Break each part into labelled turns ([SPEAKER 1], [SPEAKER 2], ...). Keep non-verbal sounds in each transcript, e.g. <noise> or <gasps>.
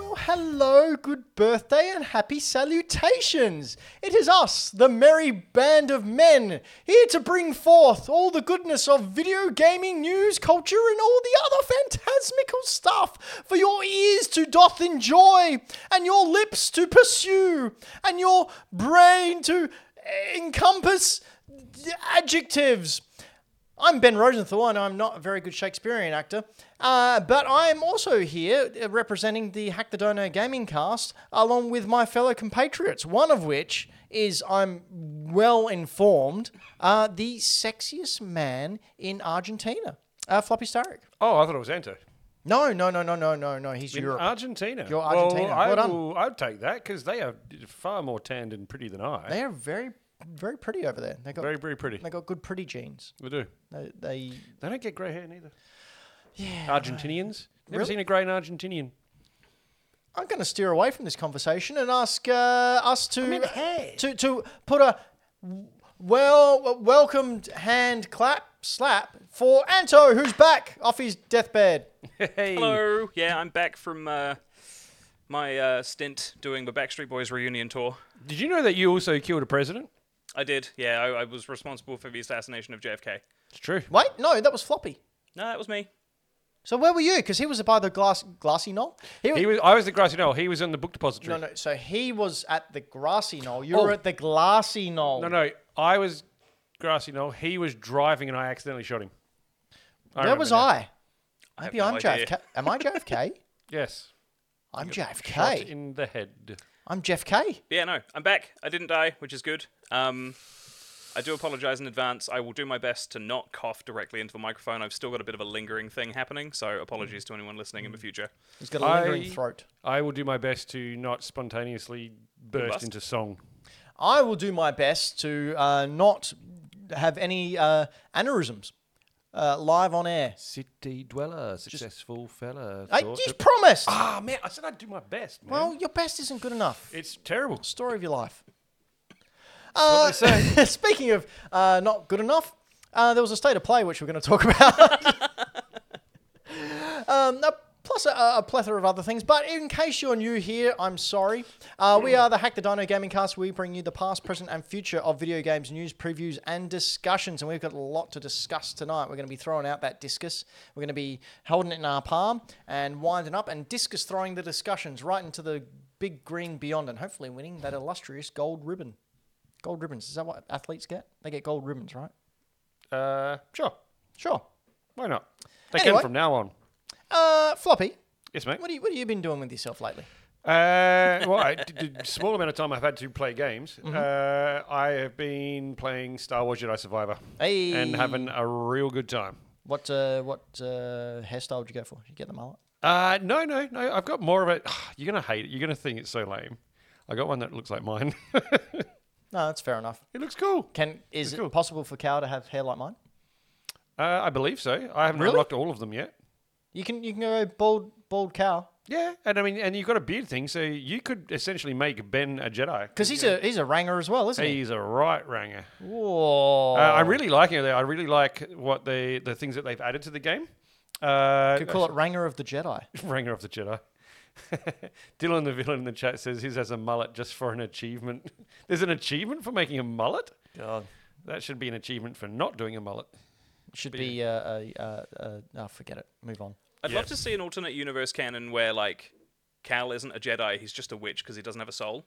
[SPEAKER 1] Hello, good birthday, and happy salutations! It is us, the merry band of men, here to bring forth all the goodness of video gaming news, culture, and all the other phantasmical stuff for your ears to doth enjoy, and your lips to pursue, and your brain to encompass adjectives. I'm Ben Rosenthal, and I'm not a very good Shakespearean actor, uh, but I'm also here uh, representing the Hack the Dono Gaming Cast, along with my fellow compatriots. One of which is I'm well informed, uh, the sexiest man in Argentina, uh, Floppy Starrick.
[SPEAKER 2] Oh, I thought it was Anto.
[SPEAKER 1] No, no, no, no, no, no, no. He's
[SPEAKER 2] In
[SPEAKER 1] Europe.
[SPEAKER 2] Argentina.
[SPEAKER 1] You're Argentina.
[SPEAKER 2] Well, I
[SPEAKER 1] Well done.
[SPEAKER 2] will, I'd take that because they are far more tanned and pretty than I.
[SPEAKER 1] they are very, very pretty over there. They got
[SPEAKER 2] very, very pretty.
[SPEAKER 1] they got good pretty genes.
[SPEAKER 2] They do.
[SPEAKER 1] They, they
[SPEAKER 2] They don't get grey hair neither. Yeah. Argentinians. Never
[SPEAKER 1] Really?
[SPEAKER 2] seen a grey Argentinian. <laughs>
[SPEAKER 1] I'm going to steer away from this conversation and ask uh, us to
[SPEAKER 2] hey.
[SPEAKER 1] to to put a w- well w- welcomed hand clap slap for Anto, who's back off his deathbed.
[SPEAKER 2] Hey.
[SPEAKER 3] Hello. Yeah, I'm back from uh, my uh, stint doing the Backstreet Boys reunion tour.
[SPEAKER 2] Did you know that you also killed a president?
[SPEAKER 3] I did. Yeah, I, I was responsible for the assassination of JFK.
[SPEAKER 2] It's true.
[SPEAKER 1] Wait, no, that was Floppy.
[SPEAKER 3] No, that was me.
[SPEAKER 1] So where were you? Because he was by the glass glassy knoll. He was,
[SPEAKER 2] He was. I was the grassy knoll. He was on the book depository.
[SPEAKER 1] no, no. So he was at the grassy knoll. You were
[SPEAKER 2] Oh.
[SPEAKER 1] at the glassy knoll.
[SPEAKER 2] no, no. I was grassy knoll. He was driving, and I accidentally shot him. I
[SPEAKER 1] Where
[SPEAKER 2] remember
[SPEAKER 1] was
[SPEAKER 2] now.
[SPEAKER 1] I? Maybe
[SPEAKER 3] no
[SPEAKER 1] I'm
[SPEAKER 3] idea.
[SPEAKER 1] JFK. Am I
[SPEAKER 2] <laughs>
[SPEAKER 1] JFK?
[SPEAKER 2] Yes.
[SPEAKER 1] I'm
[SPEAKER 2] Shot
[SPEAKER 1] JFK.
[SPEAKER 2] in the head.
[SPEAKER 1] I'm Jeff K.
[SPEAKER 3] Yeah, no, I'm back. I didn't die, which is good. Um, I do apologize in advance. I will do my best to not cough directly into the microphone. I've still got a bit of a lingering thing happening, so apologies to anyone listening in the future.
[SPEAKER 1] He's got a lingering
[SPEAKER 2] I-
[SPEAKER 1] throat.
[SPEAKER 2] I will do my best to not spontaneously burst
[SPEAKER 3] Combust.
[SPEAKER 2] into song.
[SPEAKER 1] I will do my best to uh, not have any uh, aneurysms uh, live on air.
[SPEAKER 2] City dweller, successful fella.
[SPEAKER 1] I just promised.
[SPEAKER 2] ah, man, I said I'd do my best, man.
[SPEAKER 1] Well, your best isn't good enough.
[SPEAKER 2] it's terrible.
[SPEAKER 1] Story of your life.
[SPEAKER 2] what they
[SPEAKER 1] <laughs>
[SPEAKER 2] say.
[SPEAKER 1] Speaking of uh, not good enough, uh, there was a state of play which we're going to talk <laughs> about. um, uh, plus a, a plethora of other things. But in case you're new here, I'm sorry. Uh, we are the Hack the Dino Gaming Cast. We bring you the past, present, and future of video games news, previews, and discussions. And we've got a lot to discuss tonight. We're going to be throwing out that discus. We're going to be holding it in our palm and winding up and discus throwing the discussions right into the big green beyond and hopefully winning that illustrious gold ribbon. Gold ribbons. Is that what athletes get? They get gold ribbons, right?
[SPEAKER 2] Uh, sure.
[SPEAKER 1] Sure.
[SPEAKER 2] Why not? They
[SPEAKER 1] Anyway.
[SPEAKER 2] can from now on.
[SPEAKER 1] Uh, Floppy,
[SPEAKER 2] Yes, mate.
[SPEAKER 1] what, do you, what have you been doing with yourself lately?
[SPEAKER 2] Uh, well, I, d- <laughs> d- small amount of time I've had to play games.
[SPEAKER 1] Mm-hmm.
[SPEAKER 2] Uh, I have been playing Star Wars Jedi Survivor and having a real good time.
[SPEAKER 1] What uh, what uh, hairstyle did you go for? Did you get the mullet?
[SPEAKER 2] Uh, no, no, no. I've got more of it. <sighs> You're gonna hate it. You're gonna think it's so lame. I got one that looks like mine. <laughs> it
[SPEAKER 1] No, that's fair enough.
[SPEAKER 2] looks cool.
[SPEAKER 1] Can is it
[SPEAKER 2] cool.
[SPEAKER 1] possible for Cow to have hair like mine?
[SPEAKER 2] Uh, I believe so. I haven't
[SPEAKER 1] Really?
[SPEAKER 2] unlocked all of them yet.
[SPEAKER 1] You can you can go bald bald cow
[SPEAKER 2] Yeah, and I mean, and you've got a beard thing, so you could essentially make Ben a Jedi.
[SPEAKER 1] because he's a he's a ranger as well, isn't Oh. he?
[SPEAKER 2] He's a right ranger.
[SPEAKER 1] Whoa!
[SPEAKER 2] Uh, I'm really liking it. though. I really like what they the things that they've added to the game. Uh,
[SPEAKER 1] could call it Ranger of the Jedi.
[SPEAKER 2] <laughs> Ranger of the Jedi. <laughs> Dylan the villain in the chat says his has a mullet just for an achievement. <laughs> There's an achievement for making a mullet.
[SPEAKER 1] God,
[SPEAKER 2] That should be an achievement for not doing a mullet. <laughs>
[SPEAKER 1] should be uh, uh, uh, uh, oh, forget it. Move on.
[SPEAKER 3] I'd love to see an alternate universe canon where, like, Cal isn't a Jedi, he's just a witch because he doesn't have a soul.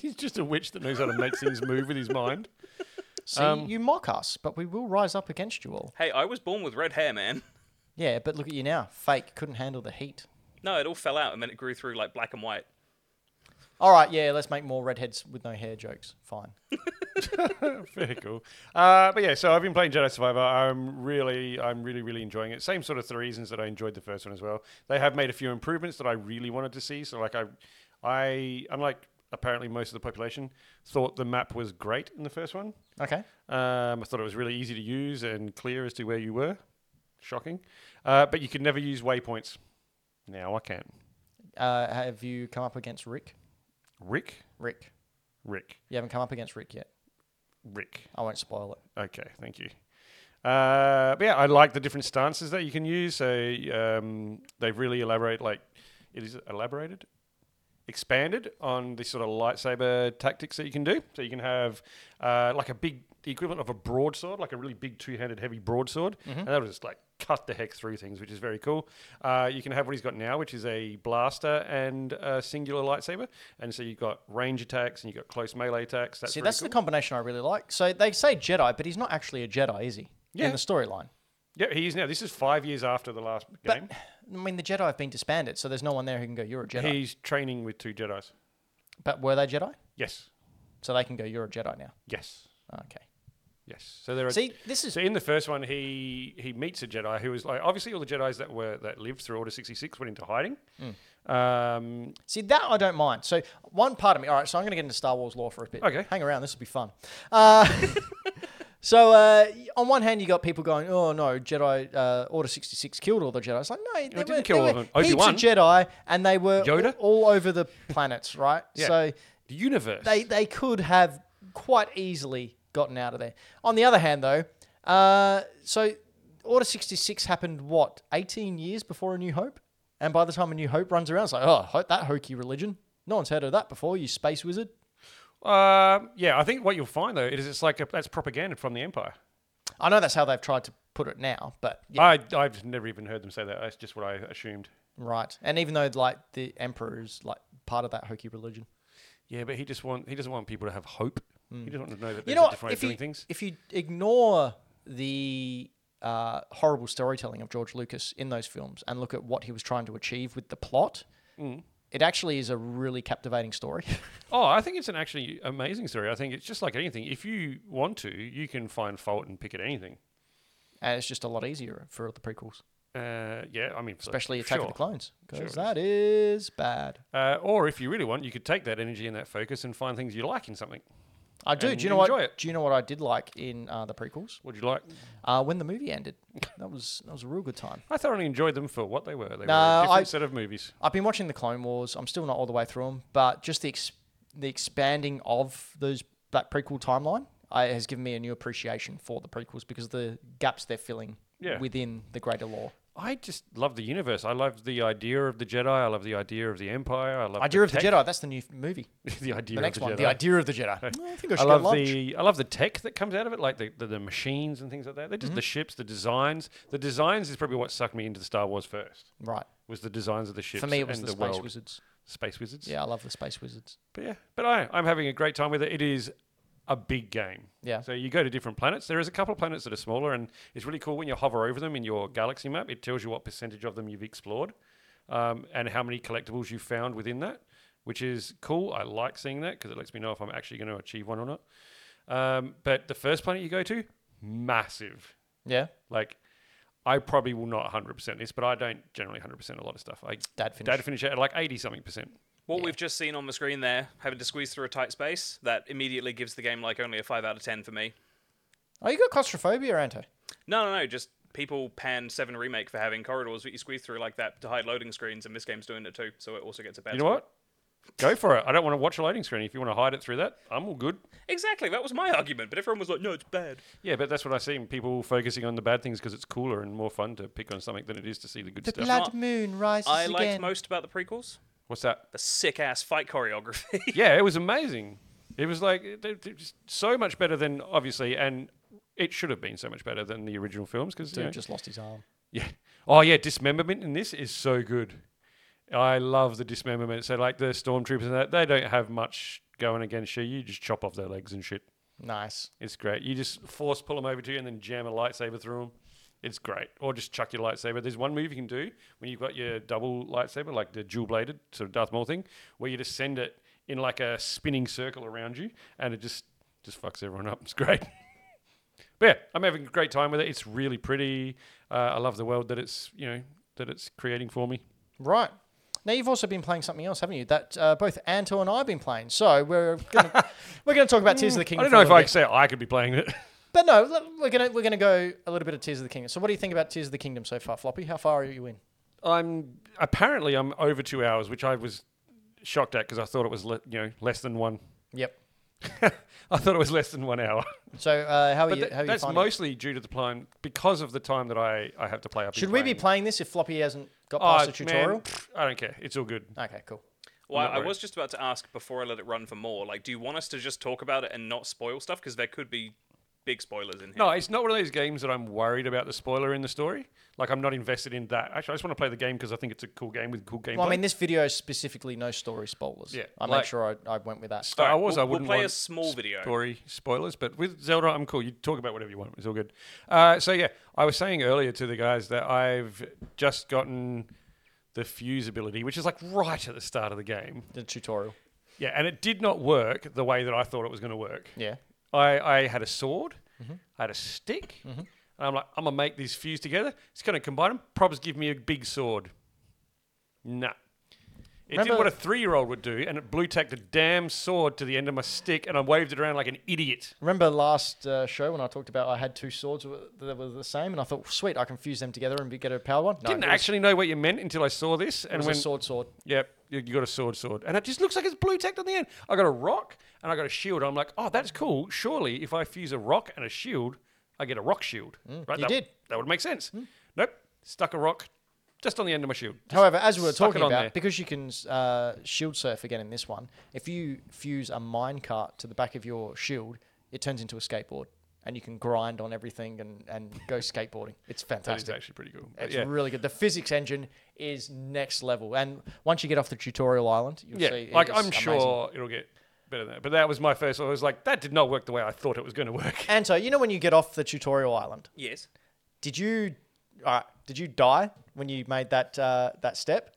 [SPEAKER 2] He's just a witch that knows how to make things move with his mind.
[SPEAKER 1] See, you mock us, but we will rise up against you all.
[SPEAKER 3] Hey, I was born with red hair, man. <laughs>
[SPEAKER 1] Yeah, but look at you now, fake. Couldn't handle the heat.
[SPEAKER 3] No, it all fell out and then it grew through like black and white.
[SPEAKER 1] All right, yeah, let's make more redheads with no hair jokes. Fine.
[SPEAKER 2] <laughs> Very cool. Uh, but yeah, so I've been playing Jedi Survivor. I'm really, I'm really, really enjoying it. Same sort of the reasons that I enjoyed the first one as well. They have made a few improvements that I really wanted to see. So like I, I unlike apparently most of the population, thought the map was great in the first one.
[SPEAKER 1] Okay.
[SPEAKER 2] Um, I thought it was really easy to use and clear as to where you were. Shocking, uh, but you could never use waypoints. Now I can.
[SPEAKER 1] Uh, have you come up against Rick?
[SPEAKER 2] Rick,
[SPEAKER 1] Rick.
[SPEAKER 2] Rick,
[SPEAKER 1] You haven't come up against Rick yet.
[SPEAKER 2] Rick.
[SPEAKER 1] I won't spoil it.
[SPEAKER 2] Okay, thank you. Uh, but yeah, I like the different stances that you can use. So um, they've really elaborate like It is elaborated, expanded on the sort of lightsaber tactics that you can do. So you can have uh, like a big the equivalent of a broadsword, like a really big two-handed heavy broadsword,
[SPEAKER 1] Mm-hmm.
[SPEAKER 2] and that'll just like cut the heck through things, which is very cool. Uh, you can have what he's got now, which is a blaster and a singular lightsaber, and so you've got range attacks and you've got close melee attacks. That's
[SPEAKER 1] See,
[SPEAKER 2] really
[SPEAKER 1] that's
[SPEAKER 2] cool.
[SPEAKER 1] the combination I really like. So they say Jedi, but he's not actually a Jedi, is he?
[SPEAKER 2] Yeah.
[SPEAKER 1] In the storyline.
[SPEAKER 2] yeah. He is now. This is five years after the last
[SPEAKER 1] But,
[SPEAKER 2] game.
[SPEAKER 1] I mean, the Jedi have been disbanded, so there's no one there who can go, you're a Jedi.
[SPEAKER 2] He's training with two Jedi's.
[SPEAKER 1] but were they Jedi?
[SPEAKER 2] Yes,
[SPEAKER 1] So they can go, you're a Jedi now.
[SPEAKER 2] yes,
[SPEAKER 1] Okay.
[SPEAKER 2] yes. So there are.
[SPEAKER 1] See, this is
[SPEAKER 2] So in the first one, he he meets a Jedi who is like obviously all the Jedi's that were that lived through Order sixty six went into hiding.
[SPEAKER 1] Hmm.
[SPEAKER 2] Um,
[SPEAKER 1] See, that I don't mind. So, one part of me, all right, so I'm going to get into Star Wars lore for a bit.
[SPEAKER 2] Okay.
[SPEAKER 1] Hang around, this will be fun. Uh, <laughs> so, uh, on one hand, you got people going, oh no, Jedi, uh, Order 66 killed all the Jedi. It's like, no, they
[SPEAKER 2] didn't
[SPEAKER 1] were,
[SPEAKER 2] kill
[SPEAKER 1] there
[SPEAKER 2] all
[SPEAKER 1] were
[SPEAKER 2] of them.
[SPEAKER 1] heaps
[SPEAKER 2] Obi-Wan.
[SPEAKER 1] of Jedi, and they were
[SPEAKER 2] Yoda?
[SPEAKER 1] all all over the <laughs> planets, right?
[SPEAKER 2] Yeah.
[SPEAKER 1] So,
[SPEAKER 2] the universe.
[SPEAKER 1] they, they could have quite easily gotten out of there. On the other hand, though, uh, so Order 66 happened, what, 18 years before A New Hope? And by the time A New Hope runs around, it's like, oh, ho- that hokey religion. No one's heard of that before, you space wizard.
[SPEAKER 2] Um, yeah, I think what you'll find though is it's like a, that's propaganda from the Empire.
[SPEAKER 1] I know that's how they've tried to put it now, but yeah,
[SPEAKER 2] I I've never even heard them say that. That's just what I assumed.
[SPEAKER 1] right. And even though, like, the Emperor is, like, part of that hokey religion.
[SPEAKER 2] Yeah, but he just want he doesn't want people to have hope. He doesn't want to know that
[SPEAKER 1] Hmm. you
[SPEAKER 2] there's
[SPEAKER 1] know
[SPEAKER 2] a
[SPEAKER 1] what?
[SPEAKER 2] different way of
[SPEAKER 1] If you,
[SPEAKER 2] doing things.
[SPEAKER 1] if you ignore the uh, horrible storytelling of George Lucas in those films and look at what he was trying to achieve with the plot,
[SPEAKER 2] Mm.
[SPEAKER 1] it actually is a really captivating story. <laughs>
[SPEAKER 2] Oh, I think it's an actually amazing story. I think it's just like anything. If you want to, you can find fault and pick at anything.
[SPEAKER 1] and it's just a lot easier for the prequels,
[SPEAKER 2] Uh, yeah, I mean, for
[SPEAKER 1] especially Attack of
[SPEAKER 2] sure.
[SPEAKER 1] the Clones, because
[SPEAKER 2] Sure.
[SPEAKER 1] that is bad.
[SPEAKER 2] Uh, or if you really want, you could take that energy and that focus and find things you like in something.
[SPEAKER 1] I do.
[SPEAKER 2] And
[SPEAKER 1] Do you know what?
[SPEAKER 2] enjoy it.
[SPEAKER 1] Do you know what I did like in uh, the prequels?
[SPEAKER 2] What do you like?
[SPEAKER 1] Uh, when the movie
[SPEAKER 2] <laughs>
[SPEAKER 1] ended, that was that was a real good time.
[SPEAKER 2] I thoroughly enjoyed them for what they were. They were
[SPEAKER 1] No,
[SPEAKER 2] a different
[SPEAKER 1] I-
[SPEAKER 2] set of movies.
[SPEAKER 1] I've been watching the Clone Wars. I'm still not all the way through them, but just the ex- the expanding of those that prequel timeline I, has given me a new appreciation for the prequels because the gaps they're filling
[SPEAKER 2] Yeah.
[SPEAKER 1] within the greater lore.
[SPEAKER 2] I just love the universe. I love the idea of the Jedi. I love the idea of the Empire. I love
[SPEAKER 1] Idea of the
[SPEAKER 2] tech-
[SPEAKER 1] Jedi. That's the new f- movie.
[SPEAKER 2] <laughs> the idea
[SPEAKER 1] the next
[SPEAKER 2] of the
[SPEAKER 1] one,
[SPEAKER 2] Jedi.
[SPEAKER 1] the idea of the Jedi. Mm, I think I should
[SPEAKER 2] I love
[SPEAKER 1] get lunch.
[SPEAKER 2] the I love the tech that comes out of it, like the, the, the machines and things like that. They're
[SPEAKER 1] Mm-hmm.
[SPEAKER 2] just the ships, the designs. The designs is probably what sucked me into the Star Wars first.
[SPEAKER 1] right.
[SPEAKER 2] Was the designs of the ships
[SPEAKER 1] For me, it was
[SPEAKER 2] and
[SPEAKER 1] the,
[SPEAKER 2] the,
[SPEAKER 1] space
[SPEAKER 2] world.
[SPEAKER 1] wizards.
[SPEAKER 2] Space wizards.
[SPEAKER 1] Yeah, I love the space wizards.
[SPEAKER 2] But yeah, but I, I'm having a great time with it. It is a big game.
[SPEAKER 1] Yeah.
[SPEAKER 2] So you go to different planets. There is a couple of planets that are smaller, and it's really cool when you hover over them in your galaxy map. It tells you what percentage of them you've explored, um, and how many collectibles you found within that, which is cool. I like seeing that because it lets me know if I'm actually going to achieve one or not. Um, but the first planet you go to, massive.
[SPEAKER 1] Yeah,
[SPEAKER 2] Like, I probably will not 100% this, but I don't generally 100% a lot of stuff. I
[SPEAKER 1] Dad finish.
[SPEAKER 2] data finish at like 80 something percent.
[SPEAKER 3] What we've just seen on the screen there, having to squeeze through a tight space, that immediately gives the game like only a five out of ten for me.
[SPEAKER 1] Oh, you got claustrophobia, Anto?
[SPEAKER 3] No, no, no, just people pan Seven Remake for having corridors that you squeeze through like that to hide loading screens, and this game's doing it too, so it also gets a bad.
[SPEAKER 2] You know
[SPEAKER 3] score.
[SPEAKER 2] what? Go for it. I don't want to watch a loading screen. If you want to hide it through that, I'm all good.
[SPEAKER 3] Exactly, that was my argument, but everyone was like, "No, it's bad."
[SPEAKER 2] Yeah, but that's what I see. People focusing on the bad things because it's cooler and more fun to pick on something than it is to see the good stuff.
[SPEAKER 3] blood not-
[SPEAKER 1] moon rises
[SPEAKER 3] I liked most about the prequels
[SPEAKER 2] What's that?
[SPEAKER 3] the sick ass fight choreography. <laughs>
[SPEAKER 2] Yeah, it was amazing. It was like it- it- it was so much better than obviously, and it should have been so much better than the original films because
[SPEAKER 1] Dude just lost his arm.
[SPEAKER 2] Yeah. Oh yeah, dismemberment in this is so good. I love the dismemberment. So like the stormtroopers and that, they don't have much going against you. You just chop off their legs and shit.
[SPEAKER 1] Nice.
[SPEAKER 2] It's great. You just force pull them over to you and then jam a lightsaber through them. It's great. Or just chuck your lightsaber. There's one move you can do when you've got your double lightsaber, like the dual bladed sort of Darth Maul thing, where you just send it in like a spinning circle around you, and it just just fucks everyone up. <laughs> It's great. but yeah, I'm having a great time with it. It's really pretty. Uh, I love the world that it's you know that it's creating for me.
[SPEAKER 1] Right. Now you've also been playing something else, haven't you? That uh, both Anto and I have been playing. So we're
[SPEAKER 2] <laughs>
[SPEAKER 1] gonna, we're going to talk about Tears of the
[SPEAKER 2] I
[SPEAKER 1] Kingdom.
[SPEAKER 2] don't
[SPEAKER 1] for a
[SPEAKER 2] know if
[SPEAKER 1] little
[SPEAKER 2] I
[SPEAKER 1] bit.
[SPEAKER 2] could say I could be playing it.
[SPEAKER 1] But no, look, we're gonna we're gonna go a little bit of Tears of the Kingdom. So what do you think about Tears of the Kingdom so far, Floppy? How far are you in?
[SPEAKER 2] I'm apparently I'm over two hours, which I was shocked at because I thought it was le- you know less than one. <laughs>
[SPEAKER 1] Yep.
[SPEAKER 2] I thought it was less than one hour.
[SPEAKER 1] So uh, how are
[SPEAKER 2] But
[SPEAKER 1] you?
[SPEAKER 2] tha-
[SPEAKER 1] How are you
[SPEAKER 2] that's
[SPEAKER 1] finding? it?
[SPEAKER 2] mostly due to the time because of the time that I, I have to play. up.
[SPEAKER 1] Should we be playing this if Floppy hasn't got
[SPEAKER 2] Oh,
[SPEAKER 1] past the
[SPEAKER 2] man,
[SPEAKER 1] tutorial?
[SPEAKER 2] pff, I don't care. It's all good.
[SPEAKER 1] Okay, cool.
[SPEAKER 3] Well,
[SPEAKER 2] Not
[SPEAKER 3] I
[SPEAKER 2] worried.
[SPEAKER 3] was just about to ask before I let it run for more. Like, do you want us to just talk about it and not spoil stuff? Because there could be big spoilers in here.
[SPEAKER 2] No, it's not one of those games that I'm worried about the spoiler in the story. Like I'm not invested in that. Actually, I just want to play the game because I think it's a cool game with cool gameplay.
[SPEAKER 1] Well, I mean, this video is specifically no story spoilers.
[SPEAKER 2] Yeah,
[SPEAKER 1] I
[SPEAKER 2] like-
[SPEAKER 1] made sure I, I went with that.
[SPEAKER 2] Star
[SPEAKER 3] Alright,
[SPEAKER 2] Wars,
[SPEAKER 3] we'll-
[SPEAKER 2] I
[SPEAKER 3] we'll
[SPEAKER 2] wouldn't
[SPEAKER 3] play a
[SPEAKER 2] want
[SPEAKER 3] small video.
[SPEAKER 2] story spoilers, but with Zelda, I'm cool. You talk about whatever you want. It's all good. Uh, so yeah, I was saying earlier to the guys that I've just gotten the fuse ability, which is like right at the start of the game.
[SPEAKER 1] The tutorial.
[SPEAKER 2] Yeah, and it did not work the way that I thought it was going to work.
[SPEAKER 1] Yeah.
[SPEAKER 2] I, I had a sword,
[SPEAKER 1] Mm-hmm.
[SPEAKER 2] I had a stick, and I'm like, I'm gonna make these fuse together. It's gonna combine them. Probs give me a big sword. Nah. It
[SPEAKER 1] Remember-
[SPEAKER 2] did what a three-year-old would do, and it blue tacked the damn sword to the end of my stick, and I waved it around like an idiot.
[SPEAKER 1] Remember last uh, show when I talked about I had two swords w- that were the same, and I thought, sweet, I can fuse them together and be- get a power one. No,
[SPEAKER 2] Didn't
[SPEAKER 1] it was-
[SPEAKER 2] actually know what you meant until I saw this,
[SPEAKER 1] It
[SPEAKER 2] and
[SPEAKER 1] was
[SPEAKER 2] when
[SPEAKER 1] a sword, sword.
[SPEAKER 2] Yep, you, you got a sword, sword, and it just looks like it's blue tacked on the end. I got a rock and I got a shield. I'm like, oh, that's cool. Surely, if I fuse a rock and a shield, I get a rock shield. right?
[SPEAKER 1] Mm, you
[SPEAKER 2] that,
[SPEAKER 1] did. Mm.
[SPEAKER 2] That would make sense. Nope, stuck a rock just on the end of my shield.
[SPEAKER 1] However, as we were
[SPEAKER 2] suck it
[SPEAKER 1] talking
[SPEAKER 2] on
[SPEAKER 1] about,
[SPEAKER 2] there.
[SPEAKER 1] because you can uh, shield surf again in this one, if you fuse a minecart to the back of your shield, it turns into a skateboard, and you can grind on everything and, and go skateboarding. It's
[SPEAKER 2] That is
[SPEAKER 1] fantastic.
[SPEAKER 2] actually pretty cool. But
[SPEAKER 1] It's
[SPEAKER 2] yeah,
[SPEAKER 1] really good. The physics engine is next level, and once you get off the tutorial island, you'll
[SPEAKER 2] yeah.
[SPEAKER 1] see. it
[SPEAKER 2] like
[SPEAKER 1] is
[SPEAKER 2] I'm sure
[SPEAKER 1] amazing.
[SPEAKER 2] it'll get better than that. But that was my first. I was like, that did not work the way I thought it was going to work. <laughs>
[SPEAKER 1] And so you know when you get off the tutorial island,
[SPEAKER 3] Yes.
[SPEAKER 1] did you, all right, did you die when you made that uh, that step?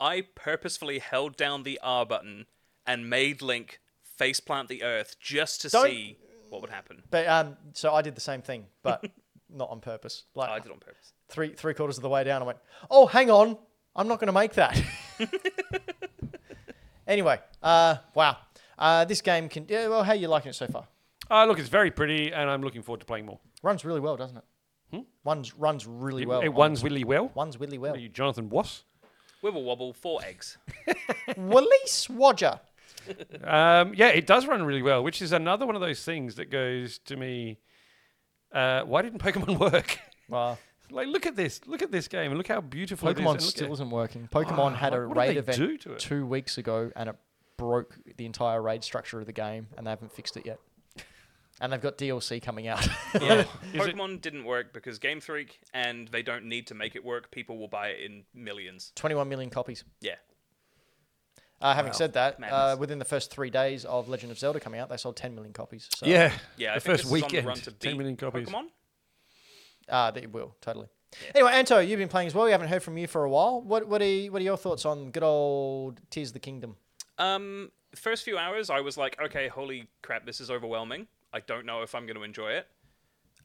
[SPEAKER 3] I purposefully held down the R button and made Link faceplant the Earth just to
[SPEAKER 1] Don't-
[SPEAKER 3] see what would happen.
[SPEAKER 1] But um, so I did the same thing,
[SPEAKER 2] <laughs>
[SPEAKER 1] but not on purpose. Like
[SPEAKER 3] I did on purpose.
[SPEAKER 1] three three quarters of the way down, I went, "Oh, hang on, I'm not going to make
[SPEAKER 2] <laughs>
[SPEAKER 1] that." anyway, uh, wow, uh, this game can. Yeah, well, how you liking it so far?
[SPEAKER 2] Uh, look, it's very pretty, and I'm looking forward to playing more.
[SPEAKER 1] Runs really well, doesn't it? Runs runs really well.
[SPEAKER 2] Hmm? it
[SPEAKER 1] on-
[SPEAKER 2] runs really well.
[SPEAKER 1] runs really
[SPEAKER 2] <laughs>
[SPEAKER 1] well.
[SPEAKER 2] Are you Jonathan Wass?
[SPEAKER 3] Wibble wobble, four eggs.
[SPEAKER 1] Release Wodger.
[SPEAKER 2] Um, yeah, it does run really well, which is another one of those things that goes to me. Uh, why didn't Pokemon <laughs> work?
[SPEAKER 1] Well,
[SPEAKER 2] like, look at this, look at this game, and look how beautiful it is.
[SPEAKER 1] Pokemon
[SPEAKER 2] and look
[SPEAKER 1] still
[SPEAKER 2] at-
[SPEAKER 1] isn't working. Pokemon had a
[SPEAKER 2] like, what did
[SPEAKER 1] raid
[SPEAKER 2] they
[SPEAKER 1] event
[SPEAKER 2] do to it?
[SPEAKER 1] two weeks ago, and it broke the entire raid structure of the game, and they haven't fixed it yet. And they've got DLC coming out. <laughs>
[SPEAKER 3] Yeah.
[SPEAKER 2] <laughs> Is it-
[SPEAKER 3] Pokemon didn't work because Game Freak, and they don't need to make it work. People will buy it in millions.
[SPEAKER 1] 21 million copies.
[SPEAKER 3] Yeah.
[SPEAKER 1] Uh, having said that, uh,
[SPEAKER 3] Madness.
[SPEAKER 1] within the first three days of Legend of Zelda coming out, they sold 10 million copies. So,
[SPEAKER 2] yeah,
[SPEAKER 3] Yeah,
[SPEAKER 2] the
[SPEAKER 3] I think
[SPEAKER 2] first
[SPEAKER 3] this
[SPEAKER 2] weekend,
[SPEAKER 3] is on the run to beat
[SPEAKER 2] ten million copies.
[SPEAKER 3] Pokemon?
[SPEAKER 1] uh, that it will totally. Anyway, Anto, you've been playing as well. We haven't heard from you for a while. What what are you, what are your thoughts on good old Tears of the Kingdom?
[SPEAKER 3] Um, first few hours, I was like, okay, holy crap, this is overwhelming. I don't know if I'm going to enjoy it.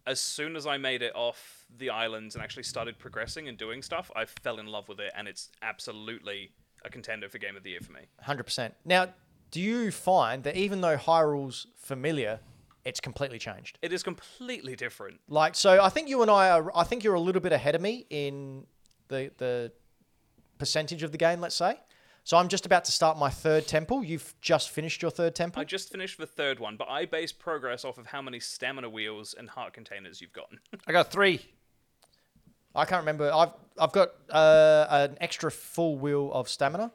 [SPEAKER 3] As soon as I made it off the islands and actually started progressing and doing stuff, I fell in love with it, and it's absolutely a contender for Game of the Year for me.
[SPEAKER 1] Hundred percent. Now, do you find that even though Hyrule's familiar, it's completely changed?
[SPEAKER 3] It is completely different.
[SPEAKER 1] Like, so I think you and I are. I think you're a little bit ahead of me in the the percentage of the game. Let's say. So I'm just about to start my third temple. You've just finished your third temple.
[SPEAKER 3] I just finished the third one, but I base progress off of how many stamina wheels and heart containers you've gotten. <laughs>
[SPEAKER 2] I got three.
[SPEAKER 1] I can't remember. I've I've got uh, an extra full wheel of stamina,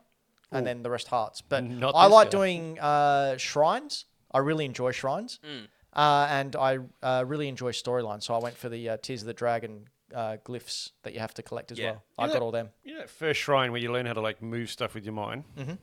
[SPEAKER 1] and then the rest hearts. But
[SPEAKER 2] Not
[SPEAKER 1] I
[SPEAKER 2] this
[SPEAKER 1] like
[SPEAKER 2] guy.
[SPEAKER 1] doing uh, shrines. I really enjoy shrines,
[SPEAKER 2] Hmm.
[SPEAKER 1] uh, and I uh, really enjoy storylines. So I went for the uh, Tears of the Dragon uh, glyphs that you have to collect as
[SPEAKER 3] Yeah.
[SPEAKER 1] well. I got all them.
[SPEAKER 2] You know that first shrine where you learn how to like move stuff with your mind. Mm-hmm.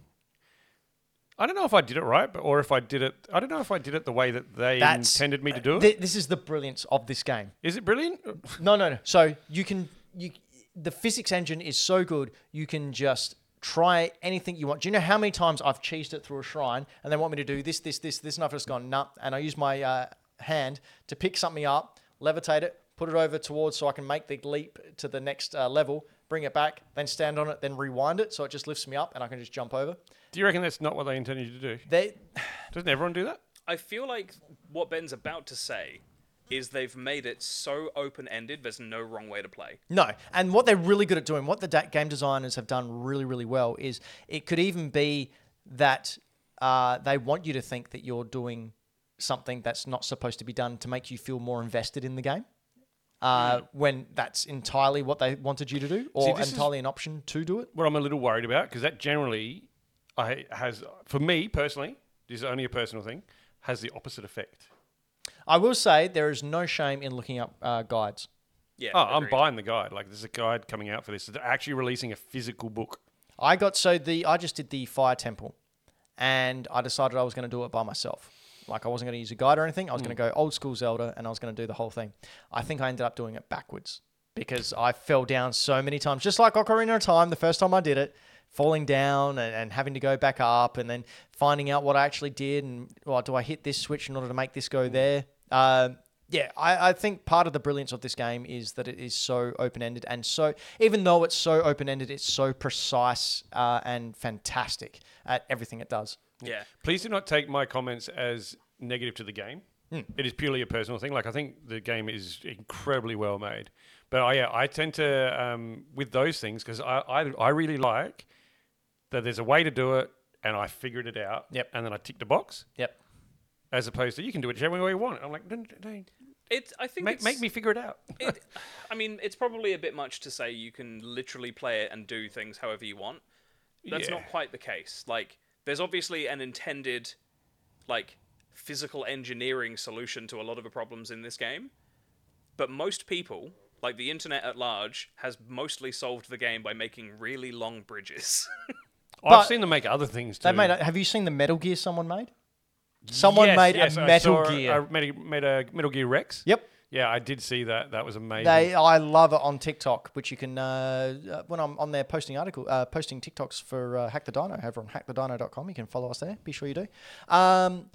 [SPEAKER 2] I don't know if I did it right, but or if I did it, I don't know if I did it the way that they
[SPEAKER 1] That's- uh,
[SPEAKER 2] intended me to do it. Is
[SPEAKER 1] Th- this is the brilliance of this game.
[SPEAKER 2] it brilliant?
[SPEAKER 1] No, no, no. So you can you the physics engine is so good you can just try anything you want. Do you know how many times I've cheesed it through a shrine and they want me to do this, this, this, this, and I've just gone nah. And I use my uh, hand to pick something up, levitate it, put it over towards so I can make the leap to the next uh, level, bring it back, then stand on it, then rewind it so it just lifts me up and I can just jump over.
[SPEAKER 2] Do you reckon that's not what they intended you to do?
[SPEAKER 1] They
[SPEAKER 2] Doesn't everyone do that?
[SPEAKER 3] I feel like what Ben's about to say is they've made it so open ended, there's no wrong way to play.
[SPEAKER 1] No, and what they're really good at doing, what the da- game designers have done really, really well, is it could even be that uh, they want you to think that you're doing something that's not supposed to be done to make you feel more invested in the game. Uh, When that's entirely what they wanted you to do, or
[SPEAKER 2] Hmm. this is-
[SPEAKER 1] entirely an option to do it.
[SPEAKER 2] what I'm a little worried about because that generally I has for me personally, this is only a personal thing, has the opposite effect.
[SPEAKER 1] I will say there is no shame in looking up uh, guides.
[SPEAKER 3] Yeah.
[SPEAKER 2] Oh, I'm
[SPEAKER 3] agreed.
[SPEAKER 2] buying the guide. Like there's a guide coming out for this. They're actually releasing a physical book.
[SPEAKER 1] I got so the I just did the fire temple, and I decided I was going to do it by myself. Like I wasn't going to use a guide or anything. I was going to go old school Zelda, and I was going to do the whole thing. I think I ended up doing it backwards because I fell down so many times. Just like Ocarina of Time, the first time I did it, falling down and, and having to go back up, and then finding out what I actually did and well, do I hit this switch in order to make this go there? Um, yeah, I, I think part of the brilliance of this game is that it is so open ended and so, even though it's so open ended, it's so precise uh, and fantastic at everything it does.
[SPEAKER 3] Yeah.
[SPEAKER 2] Please do not take my comments as negative to the game.
[SPEAKER 3] Hmm.
[SPEAKER 2] It is purely a personal thing. Like I think the game is incredibly well made, but I yeah, I tend to um, with those things because I, I I really like that there's a way to do it and I figured it out.
[SPEAKER 1] Yep.
[SPEAKER 2] And then I tick the box
[SPEAKER 1] Yep.
[SPEAKER 2] as opposed to you can do it whichever way you want. I'm like, no, no, no,
[SPEAKER 3] It's. I think
[SPEAKER 2] make
[SPEAKER 3] it's,
[SPEAKER 2] make me figure it out.
[SPEAKER 3] it, I mean, it's probably a bit much to say you can literally play it and do things however you want. That's
[SPEAKER 2] Yeah.
[SPEAKER 3] not quite the case. Like, there's obviously an intended, like, physical engineering solution to a lot of the problems in this game, but most people, like the internet at large, has mostly solved the game by making really long bridges. <laughs>
[SPEAKER 1] But-
[SPEAKER 2] I've seen them make other things too.
[SPEAKER 1] They made. a- Have you seen the Metal Gear someone made? Someone
[SPEAKER 2] Mm. Yes,
[SPEAKER 1] made
[SPEAKER 2] yes,
[SPEAKER 1] a
[SPEAKER 2] I
[SPEAKER 1] Metal
[SPEAKER 2] saw-
[SPEAKER 1] Gear.
[SPEAKER 2] I made, a- made a Metal Gear Rex.
[SPEAKER 1] Yep.
[SPEAKER 2] Yeah, I did see that. That was amazing.
[SPEAKER 1] They, I love it on TikTok, which you can uh, uh, when I'm on there posting article, uh, posting TikToks for uh, Hack the Dino over on hackthedino.com. You can follow us there. Be sure you do. Um,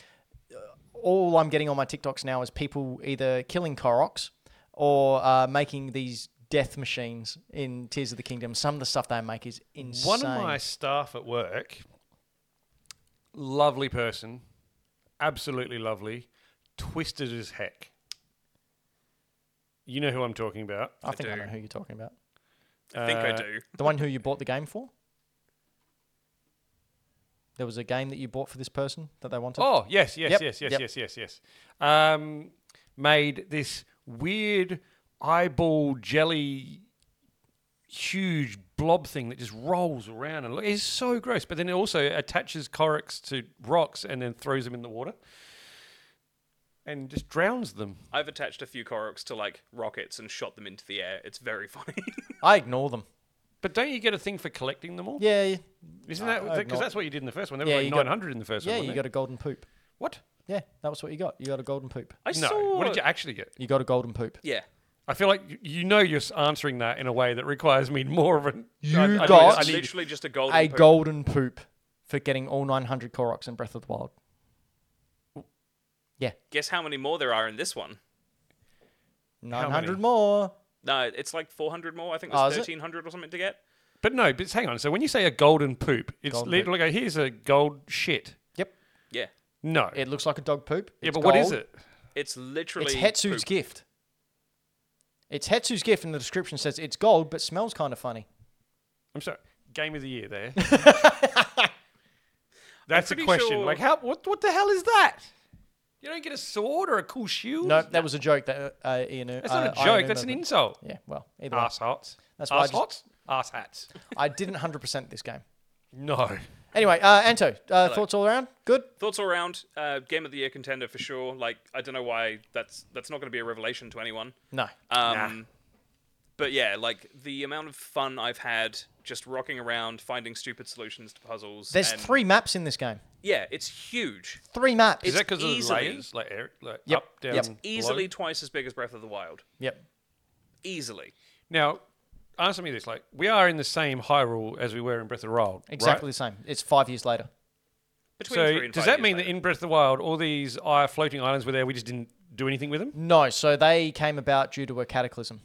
[SPEAKER 1] all I'm getting on my TikToks now is people either killing Koroks or uh, making these death machines in Tears of the Kingdom. Some of the stuff they make is insane.
[SPEAKER 2] One of my staff at work, lovely person, absolutely lovely, twisted as heck. You know who I'm talking about.
[SPEAKER 1] I think I
[SPEAKER 3] do.
[SPEAKER 1] know who you're talking about.
[SPEAKER 3] I think I
[SPEAKER 2] Uh,
[SPEAKER 3] do.
[SPEAKER 1] The one who you bought the game for. There was a game that you bought for this person that they wanted.
[SPEAKER 2] Oh, yes, yes,
[SPEAKER 1] Yep,
[SPEAKER 2] yes, yes,
[SPEAKER 1] yep.
[SPEAKER 2] yes, yes, yes. Um, made this weird eyeball jelly huge blob thing that just rolls around and look, it's so gross. But then it also attaches Corax to rocks and then throws them in the water and just drowns them.
[SPEAKER 3] I've attached a few Koroks to, like, rockets and shot them into the air. It's very funny.
[SPEAKER 1] I ignore them.
[SPEAKER 2] But don't you get a thing for collecting them all?
[SPEAKER 1] Yeah, yeah.
[SPEAKER 2] Isn't
[SPEAKER 1] I-
[SPEAKER 2] that
[SPEAKER 1] I've
[SPEAKER 2] because
[SPEAKER 1] not-
[SPEAKER 2] that's what you did in the first one? There
[SPEAKER 1] Yeah,
[SPEAKER 2] were
[SPEAKER 1] you
[SPEAKER 2] like
[SPEAKER 1] got-
[SPEAKER 2] 900 in the first
[SPEAKER 1] Yeah,
[SPEAKER 2] one.
[SPEAKER 1] you got a golden poop.
[SPEAKER 2] what?
[SPEAKER 1] Yeah, that was what you got. You got a golden poop.
[SPEAKER 3] I
[SPEAKER 2] no.
[SPEAKER 3] saw. <laughs>
[SPEAKER 2] What did you actually get?
[SPEAKER 1] You got a golden poop.
[SPEAKER 3] Yeah.
[SPEAKER 2] I feel like y- you know you're s- answering that in a way that requires me <laughs> more of an.
[SPEAKER 1] You
[SPEAKER 2] I- I, need-
[SPEAKER 1] got-
[SPEAKER 2] I
[SPEAKER 3] It's
[SPEAKER 2] need-
[SPEAKER 3] literally just a golden.
[SPEAKER 1] A
[SPEAKER 3] poop.
[SPEAKER 1] golden poop for getting all 900 Koroks in Breath of the Wild. Yeah,
[SPEAKER 3] Guess how many more there are in this one?
[SPEAKER 1] 900
[SPEAKER 2] many?
[SPEAKER 1] more.
[SPEAKER 3] No, it's like 400 more. I think
[SPEAKER 1] Oh,
[SPEAKER 3] there's
[SPEAKER 1] is it?
[SPEAKER 3] 1300 or something to get.
[SPEAKER 2] but no, but hang on. So when you say a golden poop, it's
[SPEAKER 1] Golden poop.
[SPEAKER 2] literally like here's a gold shit.
[SPEAKER 1] Yep.
[SPEAKER 3] Yeah.
[SPEAKER 2] No.
[SPEAKER 1] It looks like a dog poop.
[SPEAKER 2] yeah,
[SPEAKER 1] It's
[SPEAKER 2] but what is
[SPEAKER 1] gold.
[SPEAKER 2] it?
[SPEAKER 3] It's literally
[SPEAKER 1] It's Hetsu's
[SPEAKER 3] poop.
[SPEAKER 1] gift. It's Hetsu's gift, and the description says it's gold, but smells kind of funny.
[SPEAKER 2] I'm sorry. Game of the year there.
[SPEAKER 3] I'm
[SPEAKER 2] That's a
[SPEAKER 3] pretty
[SPEAKER 2] question.
[SPEAKER 3] sure-
[SPEAKER 2] Like how? What? What the hell is that? You don't get a sword or a cool shield.
[SPEAKER 1] No, that was a joke that uh, Ian.
[SPEAKER 2] that's not a joke. That's an insult.
[SPEAKER 1] Yeah, well, either way.
[SPEAKER 2] Ass hots.
[SPEAKER 1] That's why I
[SPEAKER 2] ass
[SPEAKER 1] just-
[SPEAKER 2] hots. Ass hats.
[SPEAKER 1] I didn't 100% this game.
[SPEAKER 2] No.
[SPEAKER 1] Anyway, uh, Anto, uh, thoughts all around? Good?
[SPEAKER 3] Thoughts all around? Uh, game of the year contender for sure. Like I don't know why that's that's not going to be a revelation to anyone.
[SPEAKER 1] No.
[SPEAKER 3] Um, But yeah, like the amount of fun I've had just rocking around, finding stupid solutions to puzzles.
[SPEAKER 1] There's
[SPEAKER 3] and-
[SPEAKER 1] three maps in this game.
[SPEAKER 3] Yeah, it's huge.
[SPEAKER 1] Three maps.
[SPEAKER 2] Is that because of the
[SPEAKER 3] easily-
[SPEAKER 2] layers? Like, air, like
[SPEAKER 1] Yep,
[SPEAKER 2] up, down,
[SPEAKER 1] yep.
[SPEAKER 3] Easily
[SPEAKER 2] below?
[SPEAKER 3] twice as big as Breath of the Wild.
[SPEAKER 1] Yep.
[SPEAKER 3] Easily.
[SPEAKER 2] Now, answer me this: like, we are in the same Hyrule as we were in Breath of the Wild, right?
[SPEAKER 1] Exactly the same. It's five years later.
[SPEAKER 3] Between
[SPEAKER 2] So,
[SPEAKER 3] three and
[SPEAKER 2] does
[SPEAKER 3] five
[SPEAKER 2] that
[SPEAKER 3] years
[SPEAKER 2] mean that
[SPEAKER 3] later.
[SPEAKER 2] in Breath of the Wild, all these uh, floating islands were there? We just didn't do anything with them.
[SPEAKER 1] No, so they came about due to a cataclysm.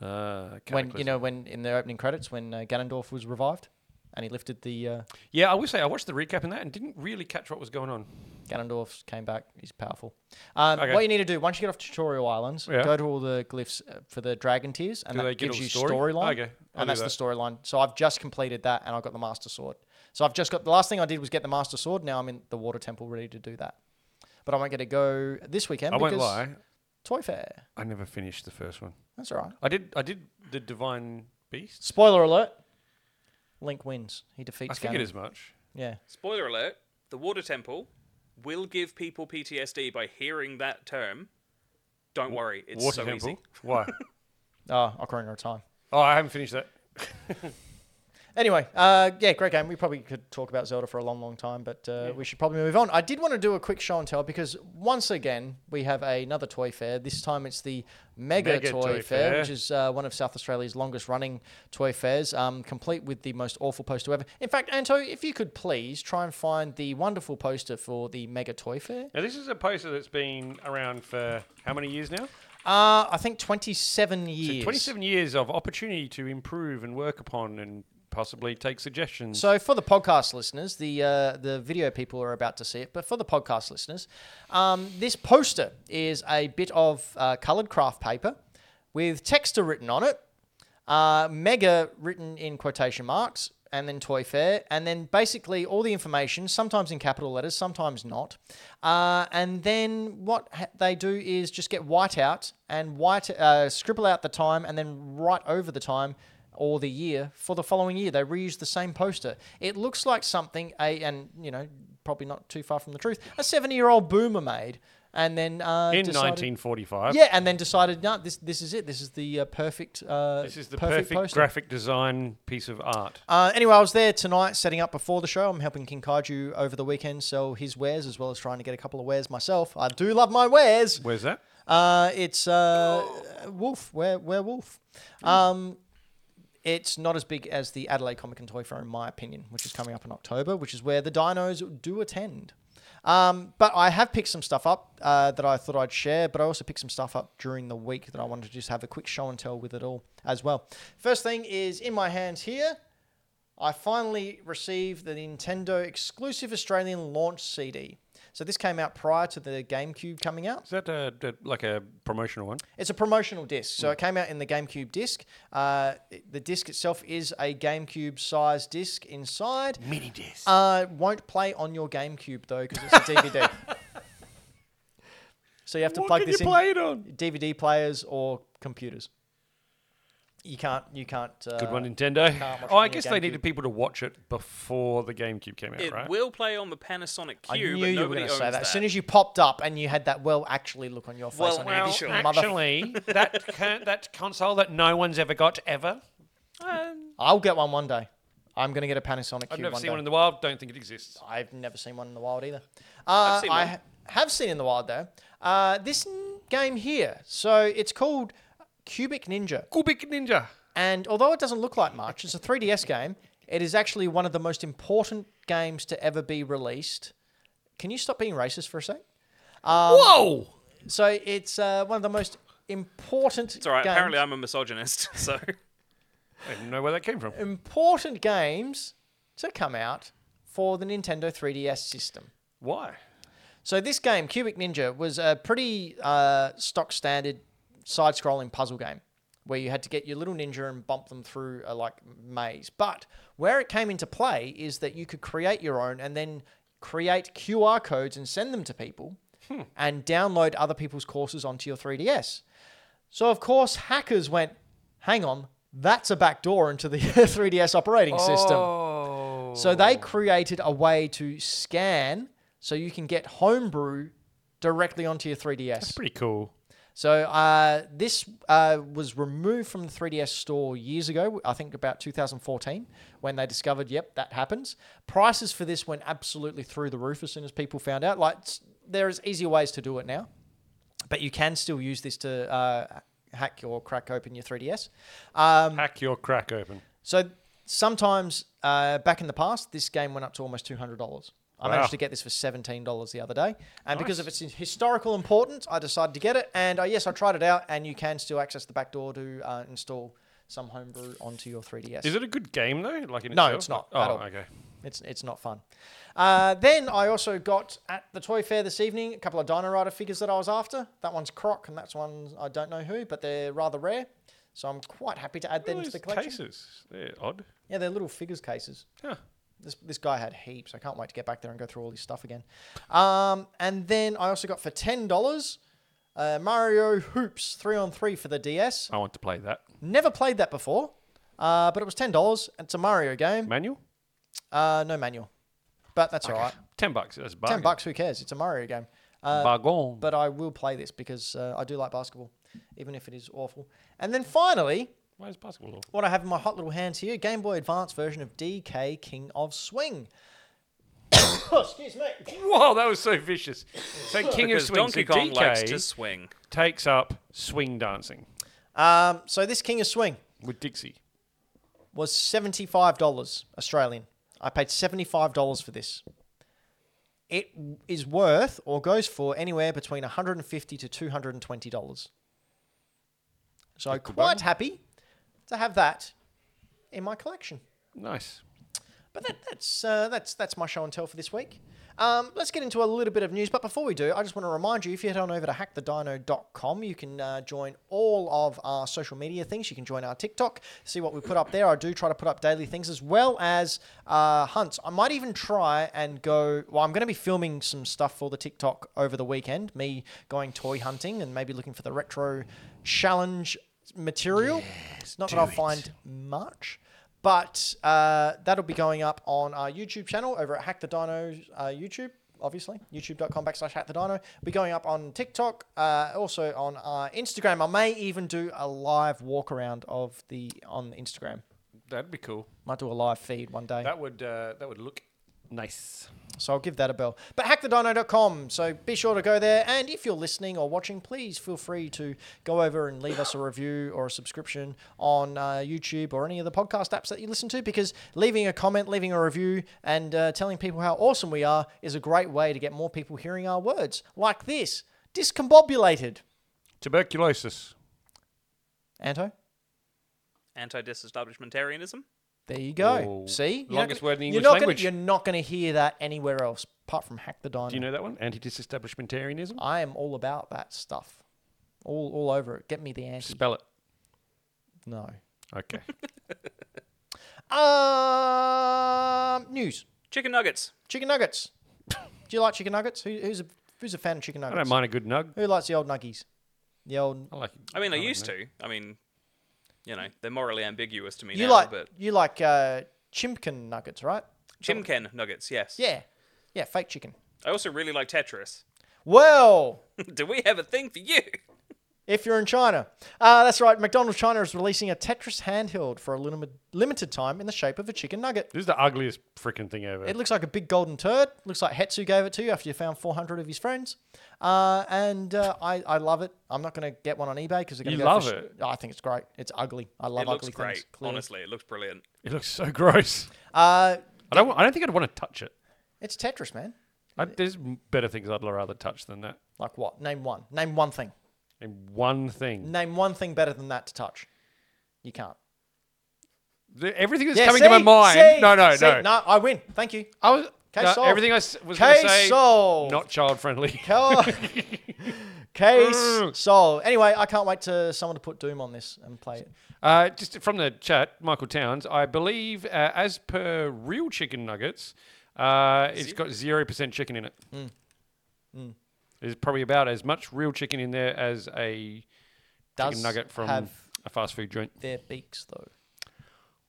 [SPEAKER 2] Uh,
[SPEAKER 1] When you know, when in the opening credits, when uh, Ganondorf was revived, and he lifted the uh,
[SPEAKER 2] yeah, I will say I watched the recap in that and didn't really catch what was going on.
[SPEAKER 1] Ganondorf came back. He's powerful. Um,
[SPEAKER 2] Okay.
[SPEAKER 1] What you need to do once you get off Tutorial Islands,
[SPEAKER 2] Yeah.
[SPEAKER 1] go to all the glyphs uh, for the Dragon Tears, and
[SPEAKER 2] Do they
[SPEAKER 1] that
[SPEAKER 2] get
[SPEAKER 1] gives
[SPEAKER 2] all
[SPEAKER 1] you
[SPEAKER 2] the story?
[SPEAKER 1] storyline.
[SPEAKER 2] Okay, I'll
[SPEAKER 1] and
[SPEAKER 2] do
[SPEAKER 1] that's the storyline. So I've just completed that, and I've got the Master Sword. So I've just got the last thing I did was get the Master Sword. Now I'm in the Water Temple ready to do that. But I won't get to go this weekend
[SPEAKER 2] I
[SPEAKER 1] because
[SPEAKER 2] won't lie.
[SPEAKER 1] Toy Fair.
[SPEAKER 2] I never finished the first one.
[SPEAKER 1] That's all right.
[SPEAKER 2] I did. I did the Divine Beast.
[SPEAKER 1] Spoiler alert. Link wins. He
[SPEAKER 2] I
[SPEAKER 1] defeats
[SPEAKER 2] figured
[SPEAKER 1] Ganon.
[SPEAKER 2] as much.
[SPEAKER 1] Yeah.
[SPEAKER 3] Spoiler alert: the Water Temple will give people PTSD by hearing that term. Don't worry, it's
[SPEAKER 2] Water
[SPEAKER 3] so
[SPEAKER 2] Temple.
[SPEAKER 3] <laughs> easy.
[SPEAKER 2] Why?
[SPEAKER 1] Oh, Ocarina of Time.
[SPEAKER 2] Oh, I haven't finished that.
[SPEAKER 1] Anyway, uh, yeah, great game. We probably could talk about Zelda for a long, long time, but uh, we should probably move on. I did want to do a quick show and tell because once again we have another toy fair. This time it's the Mega,
[SPEAKER 2] Mega
[SPEAKER 1] toy, fair,
[SPEAKER 2] Toy Fair.
[SPEAKER 1] which is uh, one of South Australia's longest-running toy fairs, um, complete with the most awful poster ever. In fact, Anto, if you could please try and find the wonderful poster for the Mega Toy Fair.
[SPEAKER 2] Now this is a poster that's been around for how many years now?
[SPEAKER 1] Uh, I think twenty-seven
[SPEAKER 2] So
[SPEAKER 1] years.
[SPEAKER 2] 27 years of opportunity to improve and work upon and possibly take suggestions.
[SPEAKER 1] So for the podcast listeners, the uh, the video people are about to see it, but for the podcast listeners, um, this poster is a bit of uh, coloured craft paper with texture written on it, uh, mega written in quotation marks, and then Toy Fair, and then basically all the information, sometimes in capital letters, sometimes not. Uh, and then what ha- they do is just get white out and white uh, scribble out the time, and then write over the time or the year for the following year. They reuse the same poster. It looks like something a and you know probably not too far from the truth. A seventy-year-old boomer made, and then uh,
[SPEAKER 2] in
[SPEAKER 1] decided,
[SPEAKER 2] 1945.
[SPEAKER 1] yeah, and then decided no, this this is it. This is the uh, perfect. Uh,
[SPEAKER 2] This is the perfect,
[SPEAKER 1] poster.
[SPEAKER 2] graphic design piece of art.
[SPEAKER 1] Uh, anyway, I was there tonight setting up before the show. I'm helping King Kaiju over the weekend sell his wares as well as trying to get a couple of wares myself. I do love my wares.
[SPEAKER 2] Where's that?
[SPEAKER 1] Uh, it's uh, Wolf, where, where Wolf. Um, it's not as big as the Adelaide Comic and Toy Fair, in my opinion, which is coming up in October, which is where the dinos do attend. Um, but I have picked some stuff up uh, that I thought I'd share, but I also picked some stuff up during the week that I wanted to just have a quick show and tell with it all as well. First thing is in my hands here. I finally received the Nintendo exclusive Australian launch CD. So this came out prior to the GameCube coming out.
[SPEAKER 2] Is that uh d- like a promotional one?
[SPEAKER 1] It's a promotional disc,
[SPEAKER 2] Mm.
[SPEAKER 1] so it came out in the GameCube disc. Uh, it- the disc itself is a GameCube sized disc inside.
[SPEAKER 2] Mini disc.
[SPEAKER 1] Uh, won't play on your GameCube though because it's a
[SPEAKER 2] <laughs>
[SPEAKER 1] DVD. so you have to
[SPEAKER 2] what
[SPEAKER 1] plug
[SPEAKER 2] can
[SPEAKER 1] this
[SPEAKER 2] you
[SPEAKER 1] in
[SPEAKER 2] play it on?
[SPEAKER 1] DVD players or computers. You can't. You can't. Uh,
[SPEAKER 2] Good one, Nintendo.
[SPEAKER 1] can't watch it
[SPEAKER 2] Oh, I
[SPEAKER 1] on your
[SPEAKER 2] guess they
[SPEAKER 1] GameCube.
[SPEAKER 2] needed people to watch it before the GameCube came out,
[SPEAKER 3] It
[SPEAKER 2] right?
[SPEAKER 3] will play on the Panasonic
[SPEAKER 1] I
[SPEAKER 3] Q,
[SPEAKER 1] knew
[SPEAKER 3] but
[SPEAKER 1] you were
[SPEAKER 3] nobody
[SPEAKER 1] going to
[SPEAKER 3] owns
[SPEAKER 1] say that.
[SPEAKER 3] that.
[SPEAKER 1] As soon as you popped up and you had that well actually look on your face,
[SPEAKER 3] Well,
[SPEAKER 1] I'm
[SPEAKER 3] well,
[SPEAKER 1] pretty sure, mother.
[SPEAKER 2] actually,
[SPEAKER 1] <laughs>
[SPEAKER 2] that can, that console that no one's ever got ever. Uh,
[SPEAKER 1] I'll get one one day. I'm going to get a Panasonic.
[SPEAKER 2] I've
[SPEAKER 1] Cube
[SPEAKER 2] never
[SPEAKER 1] one
[SPEAKER 2] seen
[SPEAKER 1] day.
[SPEAKER 2] one in the wild. Don't think it exists.
[SPEAKER 1] I've never seen one in the wild either. Uh,
[SPEAKER 3] seen
[SPEAKER 1] I
[SPEAKER 3] one.
[SPEAKER 1] have seen in the wild though. Uh, this n- game here, so it's called Cubic Ninja,
[SPEAKER 2] Kubik Ninja.
[SPEAKER 1] and although it doesn't look like much, it's a 3DS game. It is actually one of the most important games to ever be released. Can you stop being racist for a sec? Um,
[SPEAKER 2] Whoa!
[SPEAKER 1] So it's uh, one of the most important.
[SPEAKER 3] It's all right.
[SPEAKER 1] games-
[SPEAKER 3] Apparently, I'm a misogynist, <laughs> so
[SPEAKER 2] I didn't know where that came from.
[SPEAKER 1] important games to come out for the Nintendo 3DS system.
[SPEAKER 2] Why?
[SPEAKER 1] So this game, Cubic Ninja, was a pretty uh, stock standard side-scrolling puzzle game where you had to get your little ninja and bump them through a like maze. But where it came into play is that you could create your own and then create QR codes and send them to people and download other people's courses onto your 3DS. So of course hackers went, "Hang on, that's a backdoor into the <laughs> 3DS operating system."
[SPEAKER 2] Oh.
[SPEAKER 1] So they created a way to scan so you can get homebrew directly onto your 3DS.
[SPEAKER 2] Pretty cool.
[SPEAKER 1] So uh, this uh, was removed from the 3DS store years ago, I think about 2014, when they discovered, yep, that happens. Prices for this went absolutely through the roof as soon as people found out. Like, s- there is easier ways to do it now, but you can still use this to uh, hack or crack open your 3DS. Um,
[SPEAKER 2] Hack your crack open.
[SPEAKER 1] so sometimes uh, back in the past, this game went up to almost two hundred dollars. I
[SPEAKER 2] Wow.
[SPEAKER 1] managed to get this for seventeen dollars the other day, and because of its historical importance, I decided to get it. And uh, yes, I tried it out, and you can still access the back door to uh, install some homebrew onto your 3ds.
[SPEAKER 2] Is it a good game though? Like in
[SPEAKER 1] No,
[SPEAKER 2] itself?
[SPEAKER 1] it's not
[SPEAKER 2] Oh,
[SPEAKER 1] at all.
[SPEAKER 2] okay.
[SPEAKER 1] It's it's not fun. Uh, then I also got at the toy fair this evening a couple of Dino Rider figures that I was after. That one's Croc, and that's one I don't know who, but they're rather rare. So I'm quite happy to add them
[SPEAKER 2] All
[SPEAKER 1] to the
[SPEAKER 2] these
[SPEAKER 1] collection.
[SPEAKER 2] cases. They're odd.
[SPEAKER 1] Yeah, they're little figures cases.
[SPEAKER 2] Huh.
[SPEAKER 1] This, this guy had heaps. I can't wait to get back there and go through all his stuff again. Um, and then I also got for ten dollars uh, Mario Hoops three on three for the DS.
[SPEAKER 2] I want to play that.
[SPEAKER 1] Never played that before, uh, but it was ten dollars. It's a Mario game.
[SPEAKER 2] Manual?
[SPEAKER 1] Uh, no manual, but that's all right.
[SPEAKER 2] Ten bucks. That's a
[SPEAKER 1] Ten
[SPEAKER 2] bargain.
[SPEAKER 1] bucks, who cares? It's a Mario game. Uh,
[SPEAKER 2] Bargain.
[SPEAKER 1] but I will play this because uh, I do like basketball, even if it is awful. And then finally,
[SPEAKER 2] Why is basketball awful?
[SPEAKER 1] what I have in my hot little hands here Game Boy Advance version of DK King of Swing. <coughs> oh, excuse me.
[SPEAKER 2] Whoa, that was so vicious. So King of
[SPEAKER 3] Because
[SPEAKER 2] Swing, so
[SPEAKER 3] Donkey Kong
[SPEAKER 2] DK
[SPEAKER 3] likes to swing.
[SPEAKER 2] takes up swing dancing
[SPEAKER 1] Um, so, this King of Swing
[SPEAKER 2] with Dixie.
[SPEAKER 1] was $75 Australian. I paid $75 for this. It is worth or goes for anywhere between 150 to $220. So, I'm quite happy to have that in my collection.
[SPEAKER 2] Nice.
[SPEAKER 1] But that, that's uh, that's that's my show and tell for this week. Um, let's get into a little bit of news. But before we do, I just want to remind you if you head on over to hackthedino.com, you can uh, join all of our social media things. You can join our TikTok, see what we put up there. I do try to put up daily things as well as uh, hunts. I might even try and go. Well, I'm going to be filming some stuff for the TikTok over the weekend, me going toy hunting and maybe looking for the retro challenge material. It's Not that I'll find much. But uh, that'll be going up on our YouTube channel over at Hack the Dino uh, YouTube, obviously. YouTube.com backslash Hack the Dino. Be going up on TikTok, uh, also on our Instagram. I may even do a live walk around of the on Instagram.
[SPEAKER 2] That'd be cool.
[SPEAKER 1] Might do a live feed one day.
[SPEAKER 2] That would uh, that would look nice.
[SPEAKER 1] So I'll give that a bell. But hackthedino.com. So be sure to go there. And if you're listening or watching, please feel free to go over and leave us a review or a subscription on uh, YouTube or any of the podcast apps that you listen to because leaving a comment, leaving a review, and uh, telling people how awesome we are is a great way to get more people hearing our words like this discombobulated.
[SPEAKER 2] Tuberculosis.
[SPEAKER 1] Anto,
[SPEAKER 3] Anti-disestablishmentarianism.
[SPEAKER 1] there you go.
[SPEAKER 2] Oh,
[SPEAKER 1] See? not
[SPEAKER 2] longest
[SPEAKER 1] gonna-
[SPEAKER 2] word in the
[SPEAKER 1] you're
[SPEAKER 2] English
[SPEAKER 1] not gonna-
[SPEAKER 2] language.
[SPEAKER 1] you're not going to hear that anywhere else apart from Hack the Dino.
[SPEAKER 2] Do you know that one? Anti-disestablishmentarianism.
[SPEAKER 1] I am all about that stuff. All all over it. Get me the anti.
[SPEAKER 2] Spell it.
[SPEAKER 1] No. <laughs>
[SPEAKER 2] Okay.
[SPEAKER 1] Um, news.
[SPEAKER 3] Chicken nuggets.
[SPEAKER 1] Chicken nuggets. Do you like chicken nuggets? Who, who's a who's a fan of chicken
[SPEAKER 2] I
[SPEAKER 1] nuggets?
[SPEAKER 2] don't mind a good nug.
[SPEAKER 1] Who likes the old nuggies? The old.
[SPEAKER 2] I like.
[SPEAKER 3] I mean, I
[SPEAKER 2] like
[SPEAKER 3] used
[SPEAKER 2] nug.
[SPEAKER 3] to. I mean, you know, they're morally ambiguous to me
[SPEAKER 1] You
[SPEAKER 3] now.
[SPEAKER 1] like
[SPEAKER 3] But
[SPEAKER 1] you like uh, chimkin nuggets, right?
[SPEAKER 3] chimken nuggets, yes.
[SPEAKER 1] Yeah, yeah, fake chicken.
[SPEAKER 3] I also really like Tetris. <laughs>
[SPEAKER 1] Well,
[SPEAKER 3] Do we have a thing for you?
[SPEAKER 1] if you're in China, uh, that's right. McDonald's China is releasing a Tetris handheld for a limited limited time in the shape of a chicken nugget.
[SPEAKER 2] This is the ugliest freaking thing ever.
[SPEAKER 1] It looks like a big golden turd. Looks like Hetsu gave it to you after you found 400 of his friends. Uh, and uh, I, I love it. I'm not going to get one on eBay because they're going
[SPEAKER 2] You
[SPEAKER 1] to go
[SPEAKER 2] love
[SPEAKER 1] for Oh,
[SPEAKER 2] it?
[SPEAKER 1] I think it's great. It's ugly. I love
[SPEAKER 3] It looks
[SPEAKER 1] ugly
[SPEAKER 3] great.
[SPEAKER 1] things. Clearly.
[SPEAKER 3] Honestly, it looks brilliant.
[SPEAKER 2] It looks so gross.
[SPEAKER 1] Uh,
[SPEAKER 2] I don't. wa- I don't think I'd want to touch it.
[SPEAKER 1] it's Tetris, man.
[SPEAKER 2] I, there's better things I'd rather touch than that.
[SPEAKER 1] Like what? Name one. Name one thing.
[SPEAKER 2] And one thing.
[SPEAKER 1] Name one thing better than that to touch. You can't.
[SPEAKER 2] The- Everything that's
[SPEAKER 1] Yeah,
[SPEAKER 2] coming
[SPEAKER 1] see?
[SPEAKER 2] to my mind.
[SPEAKER 1] See?
[SPEAKER 2] no, no,
[SPEAKER 1] See?
[SPEAKER 2] no.
[SPEAKER 1] No, I win. Thank you.
[SPEAKER 2] I was
[SPEAKER 1] Case
[SPEAKER 2] no,
[SPEAKER 1] solved.
[SPEAKER 2] everything I s- was going to
[SPEAKER 1] Case
[SPEAKER 2] say.
[SPEAKER 1] solved.
[SPEAKER 2] Not child friendly.
[SPEAKER 1] Cal- Case
[SPEAKER 2] Mm.
[SPEAKER 1] solved. Anyway, I can't wait to someone to put Doom on this and play it.
[SPEAKER 2] <laughs> Uh, just from the chat, Michael Towns, I believe, uh, as per real chicken nuggets, uh, it's got zero percent chicken in it.
[SPEAKER 1] Mm.
[SPEAKER 2] There's probably about as much real chicken in there as a
[SPEAKER 1] Does
[SPEAKER 2] chicken nugget from
[SPEAKER 1] have
[SPEAKER 2] a fast food joint.
[SPEAKER 1] their beaks though.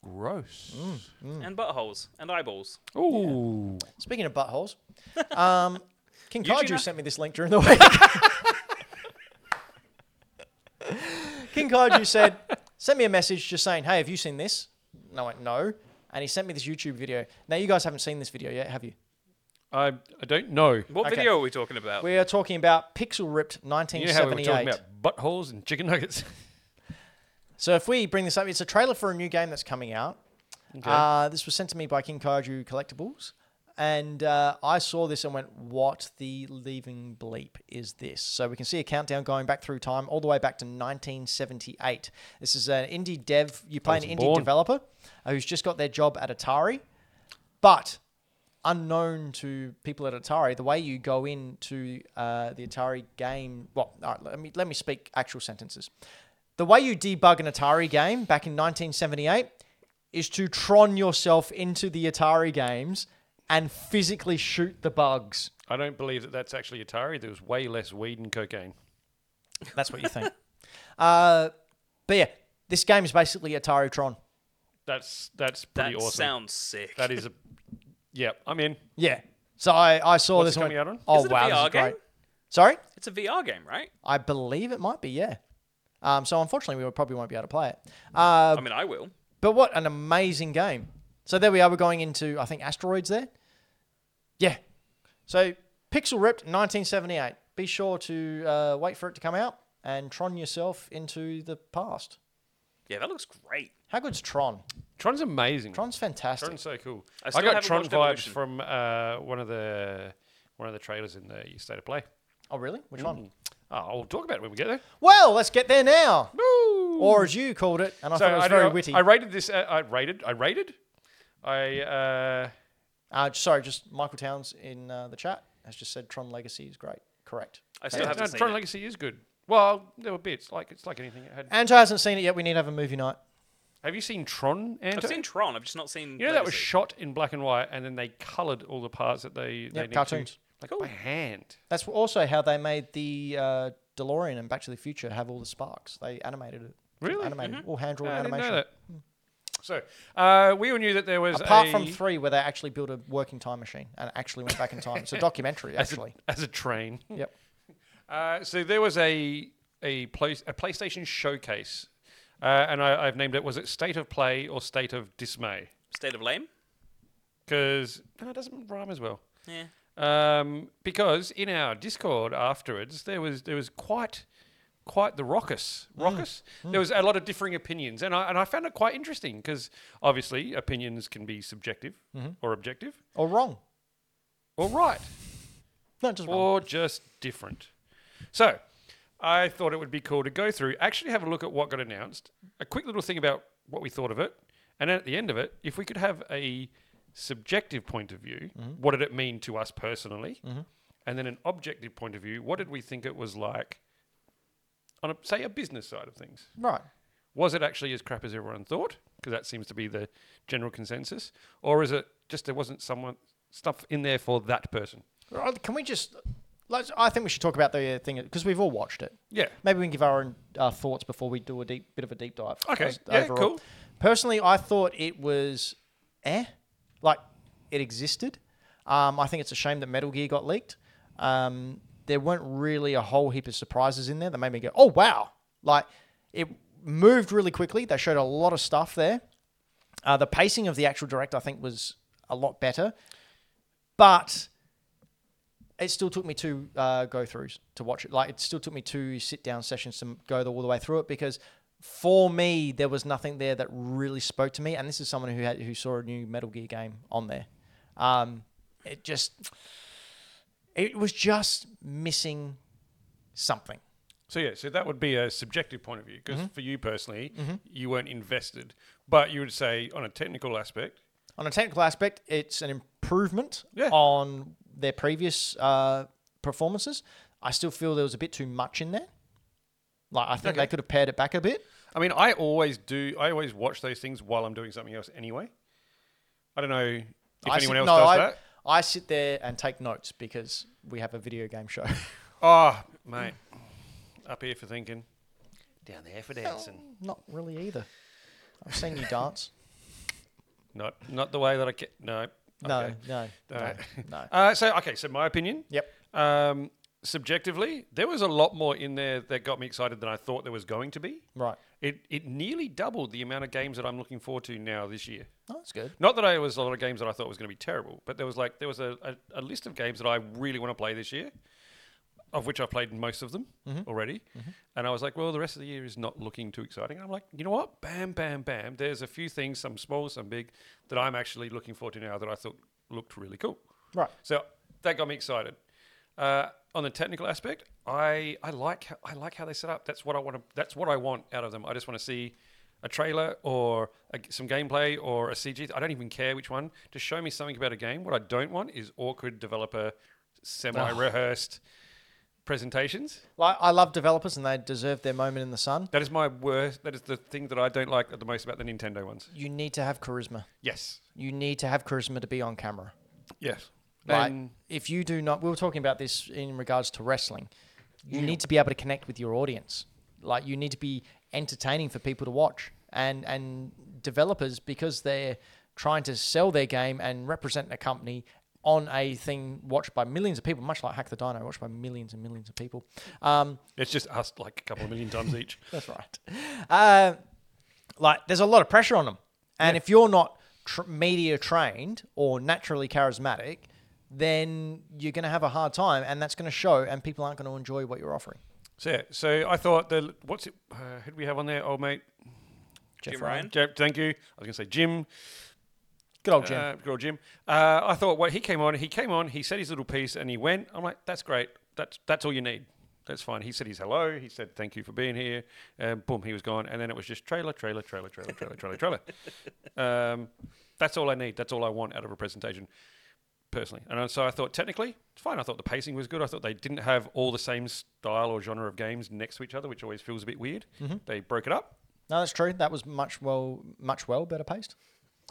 [SPEAKER 2] Gross.
[SPEAKER 1] Mm.
[SPEAKER 2] Hmm.
[SPEAKER 3] And buttholes and eyeballs.
[SPEAKER 2] Ooh.
[SPEAKER 1] Speaking of
[SPEAKER 2] <laughs>
[SPEAKER 1] buttholes, um, King
[SPEAKER 3] Eugene, I-
[SPEAKER 1] Kaiju sent me this link during the week. <laughs> King Kaiju said, sent me a message just saying, hey, have you seen this? And I went, no. And he sent me this YouTube video. Now, you guys haven't seen this video yet, have you?
[SPEAKER 2] I I don't know.
[SPEAKER 3] What
[SPEAKER 1] Okay.
[SPEAKER 3] video are we talking about?
[SPEAKER 1] We are talking about Pixel Ripped
[SPEAKER 2] Oh. You know how we were
[SPEAKER 1] 1978.
[SPEAKER 2] talking about buttholes and chicken nuggets. <laughs>
[SPEAKER 1] So, if we bring this up, it's a trailer for a new game that's coming out. Uh, this was sent to me by King Kaiju Collectibles, and uh, I saw this and went, "What the leaving bleep is this?" So we can see a countdown going back through time, all the way back to 1978. This is an indie dev. You play an
[SPEAKER 2] was
[SPEAKER 1] indie
[SPEAKER 2] born.
[SPEAKER 1] developer uh, who's just got their job at Atari, but unknown to people at Atari, the way you go into uh, the Atari game. Well, all right, let me let me speak actual sentences. The way you debug an Atari game back in 1978 is to Tron yourself into the Atari games and physically shoot the bugs.
[SPEAKER 2] I don't believe that that's actually Atari. There was way less weed and cocaine.
[SPEAKER 1] That's what you think. uh, but yeah, this game is basically Atari Tron.
[SPEAKER 2] That's that's
[SPEAKER 3] That
[SPEAKER 2] pretty awesome.
[SPEAKER 3] sounds sick.
[SPEAKER 2] that is a. Yeah, I'm in.
[SPEAKER 1] Yeah. So I, I saw
[SPEAKER 2] What's
[SPEAKER 1] this
[SPEAKER 2] it
[SPEAKER 1] one.
[SPEAKER 2] coming out on?
[SPEAKER 1] Oh
[SPEAKER 3] Is it a
[SPEAKER 1] wow,
[SPEAKER 3] VR
[SPEAKER 1] this is great.
[SPEAKER 3] game?
[SPEAKER 1] Sorry,
[SPEAKER 3] it's a VR game, right?
[SPEAKER 1] I believe it might be. Yeah. Um, so unfortunately, we probably won't be able to play it. Uh,
[SPEAKER 3] I mean, I will.
[SPEAKER 1] but what an amazing game! So there we are. We're going into I think asteroids there. Yeah. So Pixel Ripped 1978. Be sure to uh, wait for it to come out and Tron yourself into the past.
[SPEAKER 3] Yeah, that looks great.
[SPEAKER 1] How good's Tron?
[SPEAKER 2] Tron's amazing.
[SPEAKER 1] Tron's fantastic.
[SPEAKER 2] Tron's so cool.
[SPEAKER 3] I
[SPEAKER 2] I,
[SPEAKER 3] still
[SPEAKER 2] got
[SPEAKER 3] haven't
[SPEAKER 2] Tron
[SPEAKER 3] watched
[SPEAKER 2] vibes
[SPEAKER 3] Evolution.
[SPEAKER 2] from uh, one of the one of the trailers in the State of Play.
[SPEAKER 1] Oh really? Which one?
[SPEAKER 2] Oh, I'll talk about it when we get there.
[SPEAKER 1] Well, let's get there now.
[SPEAKER 2] Woo!
[SPEAKER 1] Or as you called it, and I
[SPEAKER 2] So
[SPEAKER 1] thought it was
[SPEAKER 2] I,
[SPEAKER 1] very
[SPEAKER 2] don't know,
[SPEAKER 1] witty.
[SPEAKER 2] I rated this. Uh, I rated. I rated. I uh,
[SPEAKER 1] Uh, sorry, just Michael Towns in uh, the chat has just said Tron Legacy is great. Correct.
[SPEAKER 3] I still
[SPEAKER 2] yeah,
[SPEAKER 3] haven't
[SPEAKER 2] no,
[SPEAKER 3] seen
[SPEAKER 2] Tron
[SPEAKER 3] it.
[SPEAKER 2] Legacy is good. Well, there were bits like it's like anything. It had.
[SPEAKER 1] Anto hasn't seen it yet. We need to have a movie night.
[SPEAKER 2] Have you seen Tron? Anto?
[SPEAKER 3] I've seen Tron. I've just not seen.
[SPEAKER 2] You know that was
[SPEAKER 3] Legacy.
[SPEAKER 2] shot in black and white, and then they coloured all the parts that they,
[SPEAKER 1] Yeah,
[SPEAKER 2] they need
[SPEAKER 1] cartoons.
[SPEAKER 2] to, like by hand.
[SPEAKER 1] That's also how they made the uh, DeLorean and Back to the Future have all the sparks. They animated it.
[SPEAKER 2] Really? Mm-hmm.
[SPEAKER 1] Animated. All hand drawn
[SPEAKER 2] I didn't
[SPEAKER 1] animation. Hmm.
[SPEAKER 2] know that. So uh, we all knew that there was
[SPEAKER 1] Apart
[SPEAKER 2] a,
[SPEAKER 1] from three, where they actually built a working time machine and actually went back in time.
[SPEAKER 2] <laughs>
[SPEAKER 1] It's a documentary,
[SPEAKER 2] as a-
[SPEAKER 1] actually.
[SPEAKER 2] <laughs> as a train.
[SPEAKER 1] <laughs> Yep.
[SPEAKER 2] Uh, so there was a a, play, a PlayStation showcase, uh, and I, I've named it. Was it State of Play or State of Dismay?
[SPEAKER 3] State of Lame.
[SPEAKER 2] Because no, it doesn't rhyme as well.
[SPEAKER 3] Yeah.
[SPEAKER 2] Um, because in our Discord afterwards, there was there was quite quite the raucous raucous. There was a lot of differing opinions, and I and I found it quite interesting because obviously opinions can be subjective or objective
[SPEAKER 1] Or wrong.
[SPEAKER 2] or right
[SPEAKER 1] No, just wrong.
[SPEAKER 2] or just different. So I thought it would be cool to go through, actually have a look at what got announced, a quick little thing about what we thought of it, and then at the end of it, if we could have a subjective point of view, what did it mean to us personally, and then an objective point of view, what did we think it was like on, a, say, a business side of things?
[SPEAKER 1] Right.
[SPEAKER 2] Was it actually as crap as everyone thought? Because that seems to be the general consensus, or is it just there wasn't someone stuff in there for that person?
[SPEAKER 1] Right, Can we just. Let's, I think we should talk about the uh, thing because we've all watched it.
[SPEAKER 2] Yeah,
[SPEAKER 1] Maybe we can give our own uh, thoughts before we do a deep bit of a deep dive.
[SPEAKER 2] Okay,
[SPEAKER 1] Just
[SPEAKER 2] yeah, cool.
[SPEAKER 1] Personally, I thought it was eh, like it existed. Um, I think it's a shame that Metal Gear got leaked. Um, there weren't really a whole heap of surprises in there that made me go, "Oh wow!" Like it moved really quickly. They showed a lot of stuff there. Uh, the pacing of the actual direct, I think, was a lot better, but it still took me two uh, go throughs to watch it. Like it still took me two sit down sessions to go the, all the way through it because for me there was nothing there that really spoke to me. And this is someone who had, who saw a new Metal Gear game on there. Um, it just it was just missing something.
[SPEAKER 2] So yeah, so that would be a subjective point of view because for you personally, you weren't invested, but you would say on a technical aspect,
[SPEAKER 1] on a technical aspect, it's an improvement
[SPEAKER 2] Yeah.
[SPEAKER 1] on their previous uh, performances. I still feel there was a bit too much in there. Like I think they could have pared it back a bit.
[SPEAKER 2] I mean, I always do. I always watch those things while I'm doing something else anyway. I don't know if
[SPEAKER 1] I
[SPEAKER 2] anyone
[SPEAKER 1] sit-
[SPEAKER 2] else
[SPEAKER 1] no,
[SPEAKER 2] does
[SPEAKER 1] I,
[SPEAKER 2] that.
[SPEAKER 1] I sit there and take notes because we have a video game show. <laughs>
[SPEAKER 2] Oh, mate, up here for thinking, down there for dancing.
[SPEAKER 1] Not really either. I've seen <laughs> you dance.
[SPEAKER 2] Not not the way that I can. No,
[SPEAKER 1] No,
[SPEAKER 2] okay.
[SPEAKER 1] no, no,
[SPEAKER 2] No.
[SPEAKER 1] <laughs> no.
[SPEAKER 2] Uh, so okay, so my opinion.
[SPEAKER 1] Yep.
[SPEAKER 2] Um, subjectively, there was a lot more in there that got me excited than I thought there was going to be.
[SPEAKER 1] Right.
[SPEAKER 2] It it nearly doubled the amount of games that I'm looking forward to now this year.
[SPEAKER 1] No, that's good.
[SPEAKER 2] Not that I was a lot of games that I thought was going to be terrible, but there was like there was a, a, a list of games that I really want to play this year, of which I played most of them already, and I was like, well, the rest of the year is not looking too exciting. I'm like, you know what? Bam, bam, bam. There's a few things, some small, some big, that I'm actually looking forward to now that I thought looked really cool.
[SPEAKER 1] Right.
[SPEAKER 2] So that got me excited. Uh, on the technical aspect, I I like how, I like how they set up. That's what I want to. That's what I want out of them. I just want to see a trailer or a, some gameplay or a CG. I don't even care which one. Just show me something about a game. What I don't want is awkward developer, semi rehearsed. presentations.
[SPEAKER 1] Like, I love developers and they deserve their moment in the sun.
[SPEAKER 2] That is my worst. That is the thing that I don't like the most about the Nintendo ones.
[SPEAKER 1] You need to have charisma.
[SPEAKER 2] Yes.
[SPEAKER 1] You need to have charisma to be on camera.
[SPEAKER 2] Yes.
[SPEAKER 1] Like,
[SPEAKER 2] And-
[SPEAKER 1] if you do not, we were talking about this in regards to wrestling. You need to be able to connect with your audience. Like, you need to be entertaining for people to watch. And and developers, because they're trying to sell their game and represent a company on a thing watched by millions of people, much like Hack the Dino, watched by millions and millions of people. Um,
[SPEAKER 2] it's just us like a couple of million times each.
[SPEAKER 1] That's right. Uh, like, there's a lot of pressure on them. And if you're not tr- media trained or naturally charismatic, then you're going to have a hard time, and that's going to show, and people aren't going to enjoy what you're offering.
[SPEAKER 2] So yeah, so I thought the what's it? Uh, who do we have on there? Old mate,
[SPEAKER 1] Jeff
[SPEAKER 3] Jim Ryan?
[SPEAKER 2] Jim, thank you. I was gonna say Jim,
[SPEAKER 1] Good old Jim.
[SPEAKER 2] Uh, good old Jim. Uh, I thought what he came on, he came on, he said his little piece, and he went. I'm like, that's great. That's that's all you need. That's fine. He said his hello. He said thank you for being here. Um, boom, he was gone, and then it was just trailer, trailer, trailer, trailer,
[SPEAKER 1] <laughs>
[SPEAKER 2] trailer, trailer, trailer. Um, that's all I need. That's all I want out of a presentation, personally. And uh, so I thought technically it's fine. I thought the pacing was good. I thought they didn't have all the same style or genre of games next to each other, which always feels a bit weird.
[SPEAKER 1] Mm-hmm.
[SPEAKER 2] They broke it up.
[SPEAKER 1] no, that's true. That was much well, much well better paced.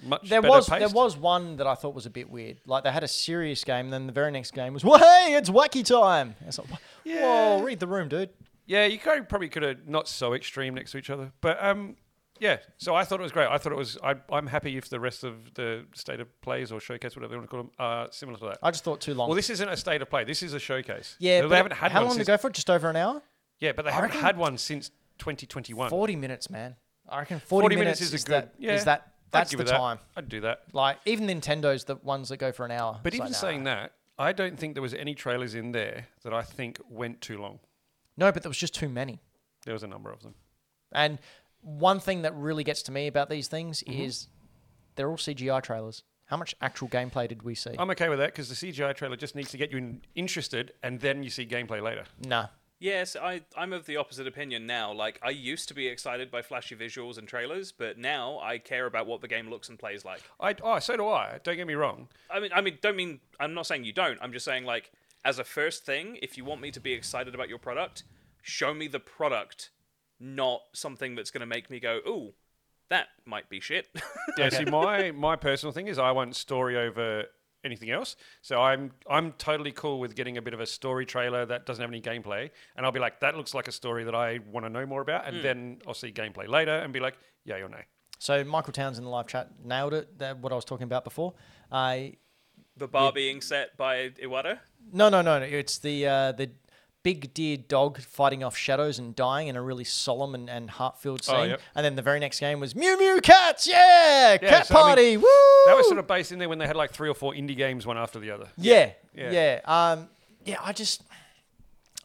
[SPEAKER 2] Much
[SPEAKER 1] There
[SPEAKER 2] better
[SPEAKER 1] was
[SPEAKER 2] paced.
[SPEAKER 1] there was one that I thought was a bit weird. Like they had a serious game, then the very next game was, <laughs> "Well, hey, it's wacky time." It's like,
[SPEAKER 2] Yeah.
[SPEAKER 1] whoa, read the room, dude.
[SPEAKER 2] Yeah, you could, probably could have not so extreme next to each other, but um, yeah. So I thought it was great. I thought it was. I, I'm happy if the rest of the state of plays or showcase, whatever you want to call them, are similar to that.
[SPEAKER 1] I just thought too long.
[SPEAKER 2] well, this isn't a state of play. This is a showcase.
[SPEAKER 1] yeah,
[SPEAKER 2] they
[SPEAKER 1] but
[SPEAKER 2] haven't had
[SPEAKER 1] how
[SPEAKER 2] one
[SPEAKER 1] long
[SPEAKER 2] since,
[SPEAKER 1] to go for? it? Just over an hour.
[SPEAKER 2] Yeah, but they haven't had one since 2021.
[SPEAKER 1] 40 minutes, man. I reckon 40, minutes, is,
[SPEAKER 2] a good.
[SPEAKER 1] that,
[SPEAKER 2] yeah,
[SPEAKER 1] is that
[SPEAKER 2] I'd
[SPEAKER 1] that's
[SPEAKER 2] give
[SPEAKER 1] the
[SPEAKER 2] it that.
[SPEAKER 1] time.
[SPEAKER 2] I'd do that.
[SPEAKER 1] Like even Nintendo's the ones that go for an hour.
[SPEAKER 2] But
[SPEAKER 1] It's
[SPEAKER 2] even
[SPEAKER 1] like, nah.
[SPEAKER 2] saying that, I don't think there was any trailers in there that I think went too long.
[SPEAKER 1] no, but there was just too many.
[SPEAKER 2] There was a number of them.
[SPEAKER 1] And one thing that really gets to me about these things
[SPEAKER 2] Mm-hmm.
[SPEAKER 1] is they're all CGI trailers. How much actual gameplay did we see?
[SPEAKER 2] I'm okay with that because the CGI trailer just needs to get you in, interested, and then you see gameplay later.
[SPEAKER 1] nah.
[SPEAKER 3] Yes, I, I'm of the opposite opinion now. Like, I used to be excited by flashy visuals and trailers, but now I care about what the game looks and plays like.
[SPEAKER 2] I oh, so do I. Don't get me wrong.
[SPEAKER 3] I mean, I mean, don't mean I'm not saying you don't. I'm just saying like as a first thing, if you want me to be excited about your product, show me the product, not something that's going to make me go, "Ooh, that might be shit." <laughs>
[SPEAKER 2] Yeah, see, my my personal thing is I want story over anything else. So I'm I'm totally cool with getting a bit of a story trailer that doesn't have any gameplay, and I'll be like, that looks like a story that I want to know more about, and then I'll see gameplay later and be like, yay or nay.
[SPEAKER 1] So Michael Towns in the live chat nailed it. That what I was talking about before. I
[SPEAKER 3] the bar being set by Iwata.
[SPEAKER 1] No, no, no, no. It's the uh, the big deer dog fighting off shadows and dying in a really solemn and, and heart-filled scene.
[SPEAKER 2] Oh, yep.
[SPEAKER 1] And then the very next game was Mew Mew Cats, yeah,
[SPEAKER 2] Yeah,
[SPEAKER 1] cat
[SPEAKER 2] so, I mean,
[SPEAKER 1] party, woo!
[SPEAKER 2] That was sort of based in there when they had like three or four indie games one after the other.
[SPEAKER 1] yeah,
[SPEAKER 2] Yeah.
[SPEAKER 1] yeah, Um, yeah, I just,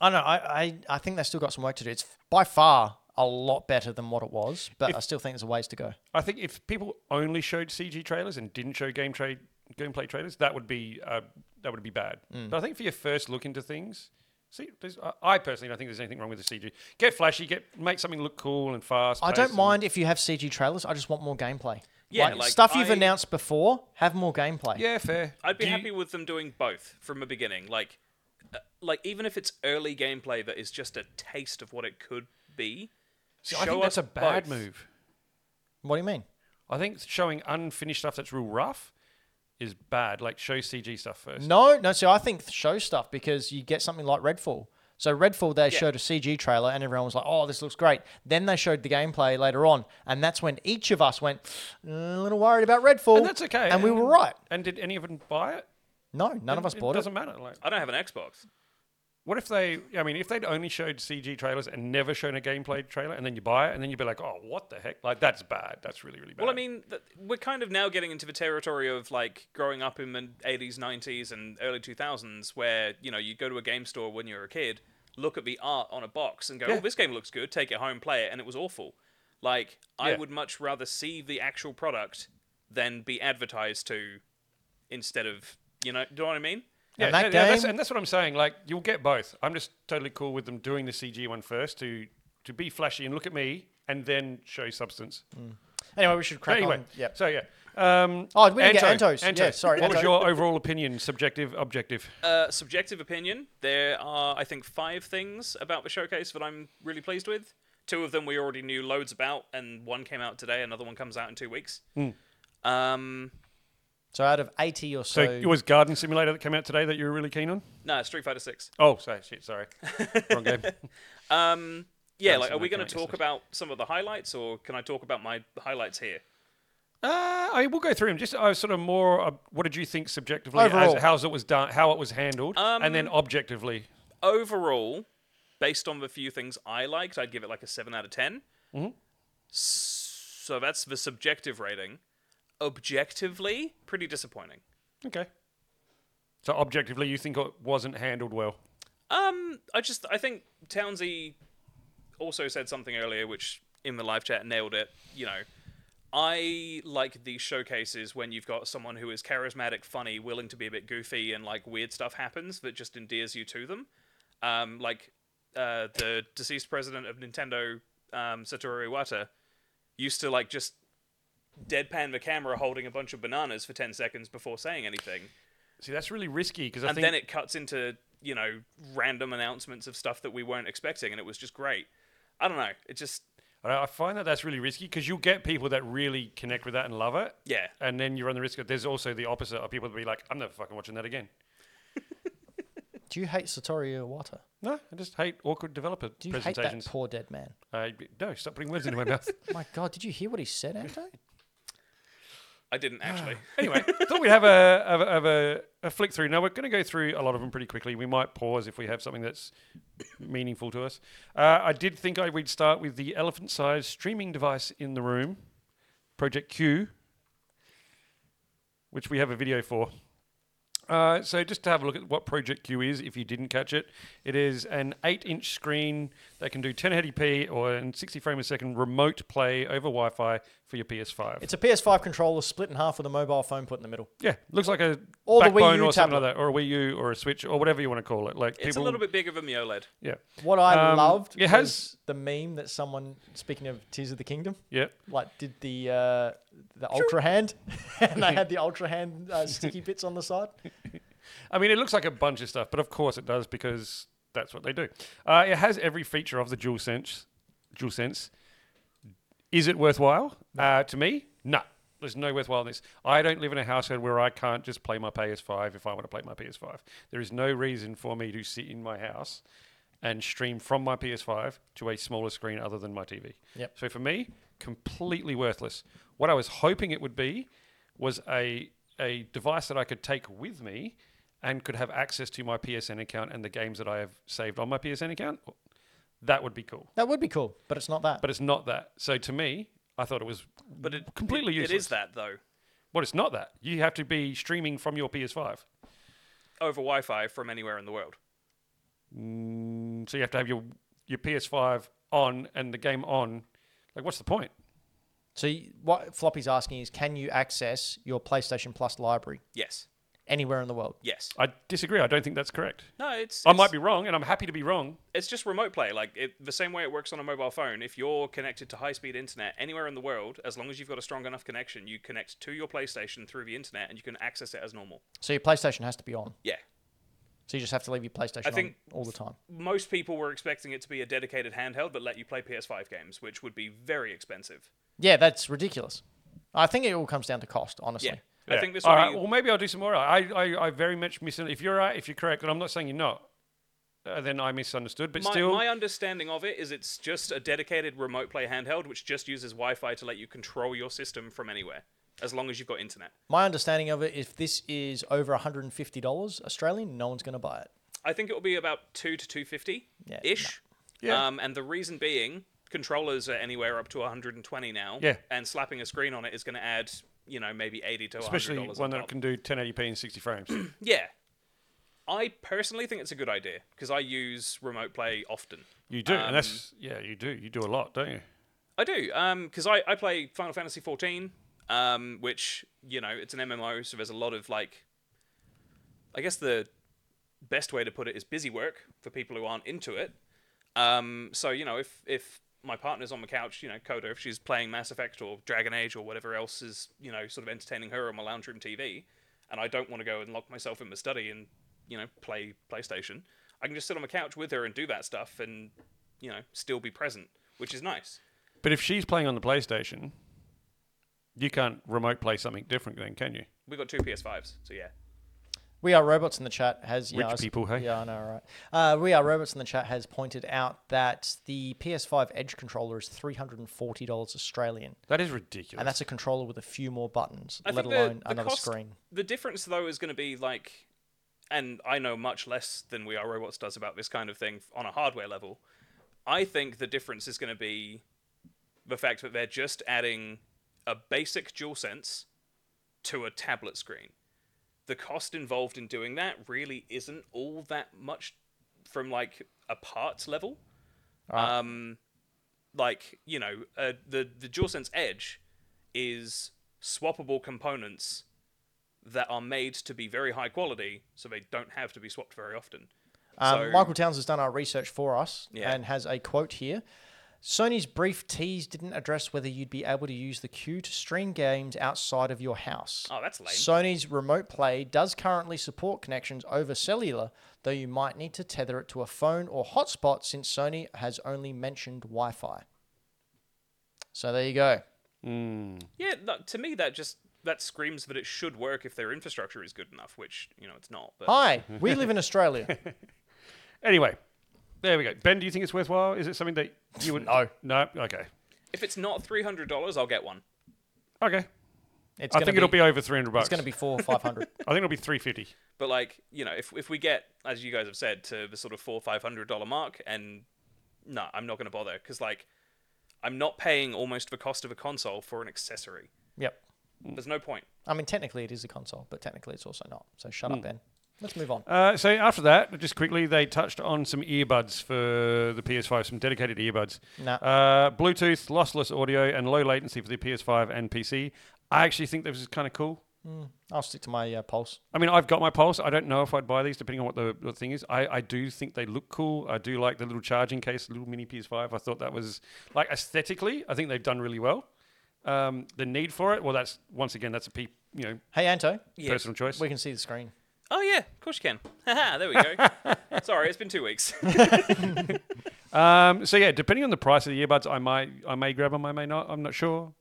[SPEAKER 1] I don't know. I, I, I think they've still got some work to do. It's by far a lot better than what it was, but I still think there's a ways to go.
[SPEAKER 2] I think if people only showed CG trailers and didn't show game tra- gameplay trailers, that would be uh, that would be bad.
[SPEAKER 1] Mm.
[SPEAKER 2] But I think for your first look into things, see, there's, I- I personally don't think there's anything wrong with the CG. Get flashy, get make something look cool and fast.
[SPEAKER 1] I
[SPEAKER 2] paced
[SPEAKER 1] don't
[SPEAKER 2] and-
[SPEAKER 1] mind if you have CG trailers. I just want more gameplay.
[SPEAKER 3] Yeah,
[SPEAKER 1] Like,
[SPEAKER 3] like,
[SPEAKER 1] stuff you've
[SPEAKER 3] I-
[SPEAKER 1] announced before, have more gameplay.
[SPEAKER 2] Yeah, fair.
[SPEAKER 3] I'd be
[SPEAKER 2] Do you-
[SPEAKER 3] happy with them doing both from the beginning. Like, uh, like even if it's early gameplay that is just a taste of what it could be.
[SPEAKER 2] See, I
[SPEAKER 3] show
[SPEAKER 2] think that's a
[SPEAKER 3] us
[SPEAKER 2] bad
[SPEAKER 3] both.
[SPEAKER 2] move.
[SPEAKER 1] What do you mean?
[SPEAKER 2] I think showing unfinished stuff that's real rough is bad. Like show CG stuff first.
[SPEAKER 1] No, no. So I think show stuff because you get something like Redfall. So Redfall, they showed a CG trailer and everyone was like, "Oh, this looks great." Then they showed the gameplay later on, and that's when each of us went "Mm, a little worried about Redfall,
[SPEAKER 2] And that's okay.
[SPEAKER 1] And we were right.
[SPEAKER 2] And did any of them buy it?
[SPEAKER 1] No, none of us
[SPEAKER 2] it
[SPEAKER 1] bought it.
[SPEAKER 2] doesn't matter. Like,
[SPEAKER 3] I don't have an Xbox.
[SPEAKER 2] What if they? I mean, if they'd only showed CG trailers and never shown a gameplay trailer, and then you buy it, and then you'd be like, "Oh, what the heck? Like, that's bad. That's really, really bad."
[SPEAKER 3] Well, I mean, th- we're kind of now getting into the territory of like growing up in the 80s, 90s, and early 2000s, where you know you go to a game store when you're a kid, look at the art on a box, and go,
[SPEAKER 2] Yeah.
[SPEAKER 3] "Oh, this game looks good." Take it home, play it, and it was awful. Like, I
[SPEAKER 2] Yeah.
[SPEAKER 3] would much rather see the actual product than be advertised to, instead of you know, do you know what I mean?
[SPEAKER 2] yeah,
[SPEAKER 1] And that
[SPEAKER 2] yeah, yeah, that's,
[SPEAKER 1] game-
[SPEAKER 2] and that's what I'm saying. Like, you'll get both. I'm just totally cool with them doing the CG one first to to be flashy and look at me, and then show substance.
[SPEAKER 1] Anyway, we should Mm. crack
[SPEAKER 2] Anyway,
[SPEAKER 1] on. Yep.
[SPEAKER 2] So yeah, Um,
[SPEAKER 1] Oh, we didn't get
[SPEAKER 2] Anto,
[SPEAKER 1] Anto's. Yeah, sorry,
[SPEAKER 2] What was
[SPEAKER 1] Anto.
[SPEAKER 2] your overall opinion, subjective, objective?
[SPEAKER 3] Uh, subjective opinion. There are, I think, five things about the showcase that I'm really pleased with. Two of them we already knew loads about, and one came out today. Another one comes out in two weeks. Um,
[SPEAKER 1] So out of 80 or so.
[SPEAKER 2] So, it was Garden Simulator that came out today that you were really keen on?
[SPEAKER 3] no, Street Fighter Six.
[SPEAKER 2] Oh, sorry, shit, sorry. Wrong game.
[SPEAKER 3] <laughs> Um, yeah,
[SPEAKER 2] That's
[SPEAKER 3] like, are
[SPEAKER 2] not
[SPEAKER 3] we going to
[SPEAKER 2] great,
[SPEAKER 3] talk
[SPEAKER 2] is it?
[SPEAKER 3] about some of the highlights, or can I talk about my highlights here?
[SPEAKER 2] Uh, I mean, we'll go through them. Just uh, sort of more. Uh, what did you think subjectively?
[SPEAKER 1] Overall.
[SPEAKER 2] As, how's it was done? How it was handled, and
[SPEAKER 1] Um,
[SPEAKER 2] then objectively.
[SPEAKER 3] overall, based on the few things I liked, I'd give it like a seven out of 10 So that's the subjective rating. Objectively, pretty disappointing.
[SPEAKER 2] Okay. So objectively, you think it wasn't handled well.
[SPEAKER 3] Um, I just I think Townsy also said something earlier, which in the live chat nailed it. You know, I like these showcases when you've got someone who is charismatic, funny, willing to be a bit goofy, and like weird stuff happens that just endears you to them. Um, like uh, the deceased president of Nintendo, um, Satoru Iwata, used to like just deadpan the camera holding a bunch of bananas for 10 seconds before saying anything
[SPEAKER 2] See, that's really risky because I
[SPEAKER 3] and
[SPEAKER 2] think
[SPEAKER 3] then it cuts into you know random announcements of stuff that we weren't expecting and it was just great i don't know it just
[SPEAKER 2] I I find that that's really risky because you'll get people that really connect with that and love it.
[SPEAKER 3] yeah
[SPEAKER 2] And then you run the risk of there's also the opposite of people that be like, I'm never fucking watching that again.
[SPEAKER 1] Do you hate Satori Iwata?
[SPEAKER 2] No, I just hate awkward developer
[SPEAKER 1] Do you hate that
[SPEAKER 2] presentations.
[SPEAKER 1] poor dead man?
[SPEAKER 2] I, Uh, no, stop putting words into my mouth.
[SPEAKER 1] My God, did you hear what he said, Anto?
[SPEAKER 3] i
[SPEAKER 2] <sighs>
[SPEAKER 3] didn't actually
[SPEAKER 2] Anyway, thought we'd have a have a, have a, a flick through. Now we're going to go through a lot of them pretty quickly. We might pause if we have something that's meaningful to us. Uh, I did think I would start with the elephant-sized streaming device in the room, Project Q, which we have a video for. Uh, so just to have a look at what Project Q is, if you didn't catch it, it is an eight-inch screen that can do 1080p or in 60 frames a second remote play over Wi-Fi for your PS5.
[SPEAKER 1] It's a PS5 controller split in half with a mobile phone put in the middle.
[SPEAKER 2] Yeah, looks like a
[SPEAKER 1] Or the Wii
[SPEAKER 2] backbone
[SPEAKER 1] U
[SPEAKER 2] or something like that, or a Wii U or a Switch or whatever you want to call it. Like
[SPEAKER 3] it's
[SPEAKER 2] people,
[SPEAKER 3] a little bit bigger than the E oled
[SPEAKER 2] yeah,
[SPEAKER 1] What I
[SPEAKER 2] Um,
[SPEAKER 1] loved
[SPEAKER 2] it
[SPEAKER 1] was
[SPEAKER 2] has-
[SPEAKER 1] the meme that someone, speaking of Tears of the Kingdom,
[SPEAKER 2] yeah.
[SPEAKER 1] like did the uh, the ultra hand, <laughs> and
[SPEAKER 3] <laughs>
[SPEAKER 1] they had the ultra hand uh, sticky bits on the side.
[SPEAKER 2] I mean, it looks like a bunch of stuff, but of course it does because that's what they do. Uh, it has every feature of the DualSense. DualSense. Is it worthwhile? Uh, to me, no. There's no worthwhile in this. I don't live in a household where I can't just play my PS5 if I want to play my PS5. There is no reason for me to sit in my house and stream from my PS5 to a smaller screen other than my TV.
[SPEAKER 1] Yep.
[SPEAKER 2] So for me, completely worthless. What I was hoping it would be was a a device that I could take with me and could have access to my PSN account and the games that I have saved on my PSN account. That would be cool.
[SPEAKER 1] That would be cool, but it's not that.
[SPEAKER 2] But it's not that. So to me, I thought it was
[SPEAKER 3] but it
[SPEAKER 2] completely
[SPEAKER 3] it,
[SPEAKER 2] useless.
[SPEAKER 3] it is that though
[SPEAKER 2] Well, it's not that. You have to be streaming from your PS5.
[SPEAKER 3] over wi-fi from anywhere in the world
[SPEAKER 2] Mm, so you have to have your your PS5 on and the game on. Like, what's the point?
[SPEAKER 1] so you, what Floppy's asking is, can you access your PlayStation Plus library
[SPEAKER 3] yes
[SPEAKER 1] anywhere in the world?
[SPEAKER 3] yes
[SPEAKER 2] I disagree. I don't think that's correct.
[SPEAKER 3] no it's
[SPEAKER 2] I might
[SPEAKER 3] it's-
[SPEAKER 2] be wrong, and I'm happy to be wrong.
[SPEAKER 3] it's just remote play like it, the same way it works on a mobile phone if you're connected to high-speed internet anywhere in the world as long as you've got a strong enough connection you connect to your playstation through the internet and you can access it as normal
[SPEAKER 1] So your PlayStation has to be on.
[SPEAKER 3] yeah
[SPEAKER 1] So you just have to leave your PlayStation
[SPEAKER 3] think-
[SPEAKER 1] on all the time.
[SPEAKER 3] most people were expecting it to be a dedicated handheld that let you play PS5 games, which would be very expensive.
[SPEAKER 1] Yeah, that's ridiculous. I think it all comes down to cost, honestly.
[SPEAKER 3] Yeah, I think this
[SPEAKER 2] All
[SPEAKER 3] will
[SPEAKER 2] right.
[SPEAKER 3] be.
[SPEAKER 2] Well, maybe I'll do some more. I, I, I very much misunderstood. If you're right, if you're correct, and I'm not saying you're not, uh, then I misunderstood. But
[SPEAKER 3] my,
[SPEAKER 2] still,
[SPEAKER 3] my understanding of it is it's just a dedicated remote play handheld which just uses Wi-Fi to let you control your system from anywhere, as long as you've got internet.
[SPEAKER 1] My understanding of it, if this is over $150 Australian, no one's going to buy it.
[SPEAKER 3] I think it will be about two to two fifty
[SPEAKER 1] Yeah,
[SPEAKER 3] ish.
[SPEAKER 2] Yeah.
[SPEAKER 3] Um, and the reason being, controllers are anywhere up to 120 now.
[SPEAKER 2] Yeah.
[SPEAKER 3] And slapping a screen on it is going to add, you know, maybe 80 to
[SPEAKER 2] especially
[SPEAKER 3] 100
[SPEAKER 2] one that can do 1080p and 60 frames.
[SPEAKER 3] Yeah. I personally think it's a good idea because I use remote play often.
[SPEAKER 2] you
[SPEAKER 3] <coughs>
[SPEAKER 2] do,
[SPEAKER 3] Um,
[SPEAKER 2] and that's yeah, you do. You do a lot, don't you?
[SPEAKER 3] I do, um, because I, I play Final Fantasy XIV, um, which you know it's an MMO, so there's a lot of like, I guess the best way to put it is busy work for people who aren't into it. Um, so you know if if my partner's on the couch, you know, Coda, if she's playing Mass Effect or Dragon Age or whatever else is, you know, sort of entertaining her on my lounge room TV, and I don't want to go and lock myself in my study and, you know, play PlayStation, I can just sit on my couch with her and do that stuff and, you know, still be present, which is nice.
[SPEAKER 2] But if she's playing on the PlayStation, you can't remote play something different, then, can you?
[SPEAKER 3] We've got two PS5s, so yeah.
[SPEAKER 1] We Are Robots in the chat has.
[SPEAKER 2] Rich
[SPEAKER 1] yeah, I was-
[SPEAKER 2] people, hey?
[SPEAKER 1] Yeah, I know, right? Uh, we Are Robots in the chat has pointed out that the PS5 Edge controller is $340 Australian.
[SPEAKER 2] That is ridiculous.
[SPEAKER 1] And that's a controller with a few more buttons,
[SPEAKER 3] I
[SPEAKER 1] let
[SPEAKER 3] think the-
[SPEAKER 1] alone
[SPEAKER 3] the
[SPEAKER 1] another
[SPEAKER 3] cost-
[SPEAKER 1] screen.
[SPEAKER 3] The difference, though, is going to be like, and I know much less than We Are Robots does about this kind of thing on a hardware level. I think the difference is going to be the fact that they're just adding a basic DualSense to a tablet screen. The cost involved in doing that really isn't all that much from like a parts level.
[SPEAKER 1] Ah.
[SPEAKER 3] Um, like you know, uh, the the DualSense Edge is swappable components that are made to be very high quality, so they don't have to be swapped very often.
[SPEAKER 1] Um,
[SPEAKER 3] so-
[SPEAKER 1] Michael Towns has done our research for us
[SPEAKER 3] Yeah.
[SPEAKER 1] and has a quote here. Sony's brief tease didn't address whether you'd be able to use the queue to stream games outside of your house.
[SPEAKER 3] Oh, that's lame.
[SPEAKER 1] Sony's Remote Play does currently support connections over cellular, though you might need to tether it to a phone or hotspot since Sony has only mentioned Wi Fi. So there you go.
[SPEAKER 3] Yeah, look, to me that just that screams that it should work if their infrastructure is good enough, which you know it's not. But
[SPEAKER 1] Hi, we live in
[SPEAKER 2] <laughs>
[SPEAKER 1] Australia.
[SPEAKER 2] Anyway, there we go. Ben, do you think it's worthwhile? Is it something that you would?
[SPEAKER 1] No.
[SPEAKER 2] <laughs> No. Okay.
[SPEAKER 3] if it's not three hundred dollars, I'll get one.
[SPEAKER 2] Okay.
[SPEAKER 1] It's
[SPEAKER 2] I
[SPEAKER 1] gonna
[SPEAKER 2] think it'll be over three hundred bucks.
[SPEAKER 1] It's going to be four or 500.
[SPEAKER 2] I think it'll be three fifty.
[SPEAKER 3] But like you know, if if we get as you guys have said to the sort of four five hundred dollar mark, and no, I'm not going to bother because like I'm not paying almost the cost of a console for an accessory.
[SPEAKER 1] <laughs> yep.
[SPEAKER 3] There's no point.
[SPEAKER 1] I mean, technically it is a console, but technically it's also not. So shut
[SPEAKER 2] Hmm.
[SPEAKER 1] up, Ben. Let's move on.
[SPEAKER 2] Uh, so after that, just quickly, they touched on some earbuds for the PS5, some dedicated earbuds.
[SPEAKER 1] Nah.
[SPEAKER 2] Uh, Bluetooth, lossless audio, and low latency for the PS5 and PC. I actually think this is kind of cool.
[SPEAKER 1] I'll stick to my uh, pulse.
[SPEAKER 2] I mean, I've got my Pulse. I don't know if I'd buy these, depending on what the, what the thing is. I, I do think they look cool. I do like the little charging case, the little mini PS5. I thought that was like aesthetically. I think they've done really well. Um, the need for it, well, that's once again, that's a pe- you know
[SPEAKER 1] Hey, Anto,
[SPEAKER 3] Yeah.
[SPEAKER 2] personal choice.
[SPEAKER 1] we can see the screen.
[SPEAKER 3] Oh yeah, of course you can. <laughs> Haha, there we go. Sorry, it's been two weeks.
[SPEAKER 2] Um, so yeah, depending on the price of the earbuds, I might I may grab them. I may not. I'm not sure.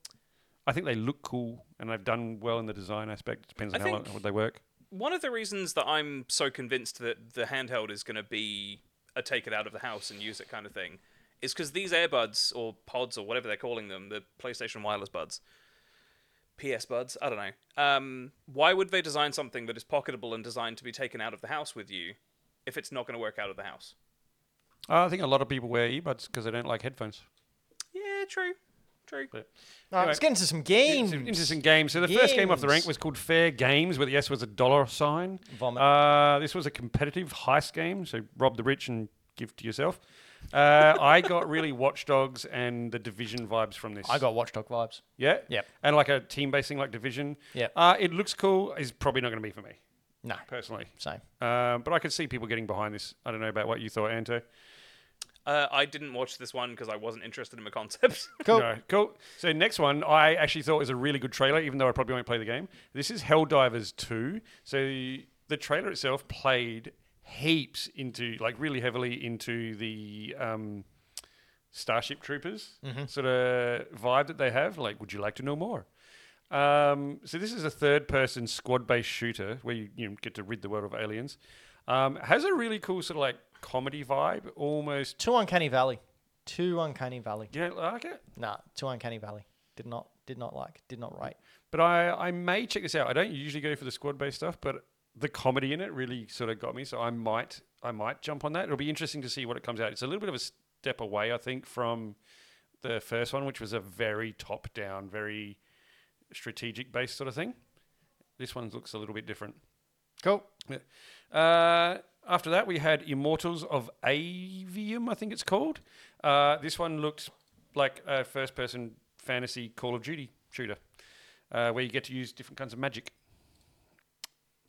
[SPEAKER 2] I think they look cool, and they've done well in the design aspect. It depends on
[SPEAKER 3] I
[SPEAKER 2] how
[SPEAKER 3] think-
[SPEAKER 2] long, how they work.
[SPEAKER 3] One of the reasons that I'm so convinced that the handheld is going to be a take it out of the house and use it kind of thing is because these earbuds or pods or whatever they're calling them, the PlayStation Wireless Buds, PS Buds, I don't know. Um, why would they design something that is pocketable and designed to be taken out of the house with you if it's not going to work out of the house?
[SPEAKER 2] Uh, I think a lot of people wear earbuds because they don't like headphones.
[SPEAKER 3] Yeah, true. True.
[SPEAKER 2] But
[SPEAKER 1] All right, let's get into some games.
[SPEAKER 2] Interesting, interesting game. So the first game off the rank
[SPEAKER 1] Games.
[SPEAKER 2] was called Fair Games, where the S was a dollar sign.
[SPEAKER 1] Vomit.
[SPEAKER 2] Uh, this was a competitive heist game, so rob the rich and give to yourself. Uh, I
[SPEAKER 1] <laughs>
[SPEAKER 2] got really Watchdogs and the Division vibes from this.
[SPEAKER 1] I got Watchdog vibes.
[SPEAKER 2] yeah,
[SPEAKER 1] Yep.
[SPEAKER 2] and like a team based thing like Division.
[SPEAKER 1] Yep.
[SPEAKER 2] uh, it looks cool. It's probably not going to be for me
[SPEAKER 1] No,
[SPEAKER 2] personally,
[SPEAKER 1] same.
[SPEAKER 2] uh, but I could see people getting behind this. I don't know about what you thought, Anto.
[SPEAKER 3] Uh, I didn't watch this one because I wasn't interested in the concept. <laughs>
[SPEAKER 1] Cool.
[SPEAKER 2] No, cool. So next one, I actually thought was a really good trailer, even though I probably won't play the game. This is Helldivers 2. So the trailer itself played heaps into, like really heavily into the um, Starship Troopers sort of vibe that they have. Like, would you like to know more? Um, so this is a third-person squad-based shooter where you, you know, get to rid the world of aliens. Um, has a really cool sort of like comedy vibe, almost.
[SPEAKER 1] Two Uncanny Valley. Two Uncanny Valley.
[SPEAKER 2] You don't like it?
[SPEAKER 1] Nah, two Uncanny Valley. Did not, did not like, did not rate.
[SPEAKER 2] But I, I may check this out. I don't usually go for the squad based stuff, but the comedy in it really sort of got me. So I might I might jump on that. It'll be interesting to see what it comes out. It's a little bit of a step away, I think, from the first one, which was a very top down, very strategic based sort of thing. This one looks a little bit different.
[SPEAKER 1] Cool.
[SPEAKER 2] Yeah. Uh, after that, we had Immortals of Avium, I think it's called. Uh, this one looked like a first person fantasy Call of Duty shooter uh, where you get to use different kinds of magic,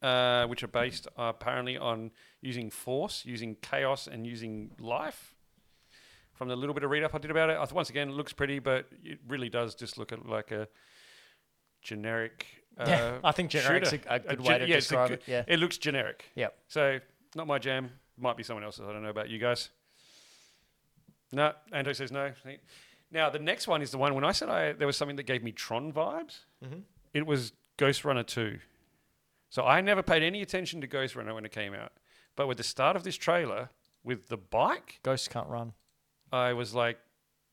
[SPEAKER 2] uh, which are based apparently on using force, using chaos, and using life. from the little bit of read up I did about it. I th- Once again, it looks pretty, but it really does just look at like a generic. Uh,
[SPEAKER 1] Yeah, <laughs> I think generic's
[SPEAKER 2] shooter.
[SPEAKER 1] a- a good way to
[SPEAKER 2] it's a
[SPEAKER 1] describe
[SPEAKER 2] good-
[SPEAKER 1] it, yeah.
[SPEAKER 2] it looks generic.
[SPEAKER 1] Yep.
[SPEAKER 2] So not my jam. Might be someone else's. I don't know about you guys. No, Ando says no. Now the next one is the one when I said I there was something that gave me Tron vibes.
[SPEAKER 1] Mm-hmm.
[SPEAKER 2] It was Ghost Runner Two. So I never paid any attention to Ghost Runner when it came out, but with the start of this trailer with the bike,
[SPEAKER 1] Ghosts can't run.
[SPEAKER 2] I was like,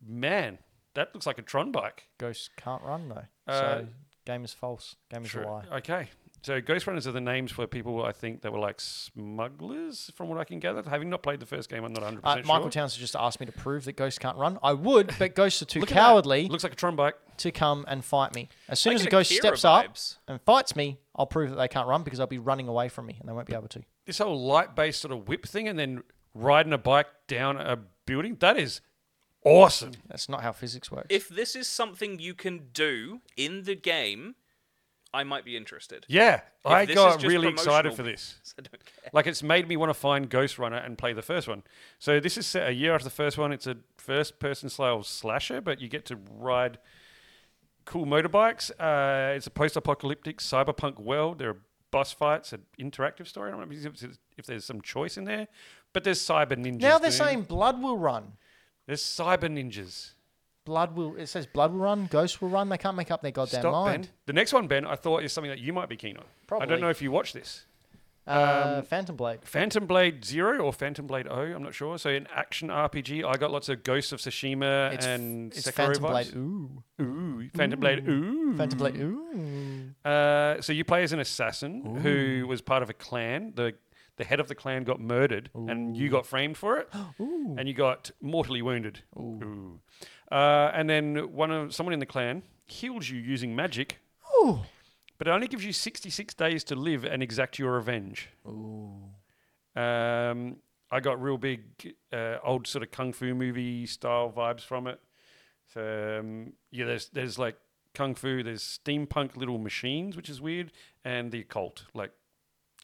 [SPEAKER 2] man, that looks like a Tron bike.
[SPEAKER 1] Ghosts can't run though.
[SPEAKER 2] Uh,
[SPEAKER 1] so game is false. Game is a lie.
[SPEAKER 2] Okay. So Ghost Runners are the names for people I think that were like smugglers, from what I can gather. Having not played the first game, I'm not 100
[SPEAKER 1] Uh,
[SPEAKER 2] percent
[SPEAKER 1] Michael
[SPEAKER 2] sure.
[SPEAKER 1] Towns has just asked me to prove that ghosts can't run. I would,
[SPEAKER 2] <laughs>
[SPEAKER 1] but ghosts are too
[SPEAKER 2] Look at that.
[SPEAKER 1] cowardly
[SPEAKER 2] Looks like a Tron bike.
[SPEAKER 1] to come and fight me. As soon
[SPEAKER 3] I
[SPEAKER 1] as a
[SPEAKER 3] get
[SPEAKER 1] ghost
[SPEAKER 3] Akira
[SPEAKER 1] steps up
[SPEAKER 3] vibes.
[SPEAKER 1] and fights me, I'll prove that they can't run because they'll be running away from me and they won't be able to.
[SPEAKER 2] This whole light-based sort of whip thing, and then riding a bike down a building. That is awesome.
[SPEAKER 1] That's not how physics works.
[SPEAKER 3] If this is something you can do in the game, I might be <laughs> interested.
[SPEAKER 2] Yeah, I
[SPEAKER 3] this is
[SPEAKER 2] got
[SPEAKER 3] just
[SPEAKER 2] really excited
[SPEAKER 3] promotional-
[SPEAKER 2] for this.
[SPEAKER 3] I don't care.
[SPEAKER 2] Like it's made me want to find Ghost Runner and play the first one. So this is set a year after the first one. It's a first-person style slasher, but you get to ride cool motorbikes. Uh, it's a post-apocalyptic cyberpunk world. There are boss fights, an interactive story. I don't know if it's- if there's some choice in there, but there's cyber ninjas.
[SPEAKER 1] now they're
[SPEAKER 2] dude.
[SPEAKER 1] saying blood will run.
[SPEAKER 2] there's cyber ninjas.
[SPEAKER 1] Blood will. It says blood will run. Ghosts will run. They can't make up their goddamn
[SPEAKER 2] Stop,
[SPEAKER 1] mind.
[SPEAKER 2] Ben. The next one, Ben, I thought is something that you might be keen on. I
[SPEAKER 1] Probably.
[SPEAKER 2] don't know if you watch this. Um,
[SPEAKER 1] Uh, Phantom Blade.
[SPEAKER 2] Phantom Blade Zero or Phantom Blade O, I'm not sure. So an action RPG. I got lots of Ghosts of Tsushima
[SPEAKER 1] It's,
[SPEAKER 2] and
[SPEAKER 1] it's
[SPEAKER 2] Sekiro
[SPEAKER 1] Phantom
[SPEAKER 2] vibes.
[SPEAKER 1] Blade. Ooh.
[SPEAKER 2] Ooh, Phantom Blade. Ooh.
[SPEAKER 1] Phantom Blade. Ooh.
[SPEAKER 2] Uh, so you play as an assassin who was part of a clan. The the head of the clan got murdered, and you got framed
[SPEAKER 1] <gasps>
[SPEAKER 2] for it, and you got mortally wounded. Ooh. Uh, and then one of someone in the clan heals you using magic,
[SPEAKER 1] Ooh.
[SPEAKER 2] but it only gives you 66 days to live and exact your revenge. Um, I got real big uh, old sort of kung fu movie style vibes from it. So um, yeah, there's there's like kung fu, there's steampunk little machines, which is weird, and the occult, like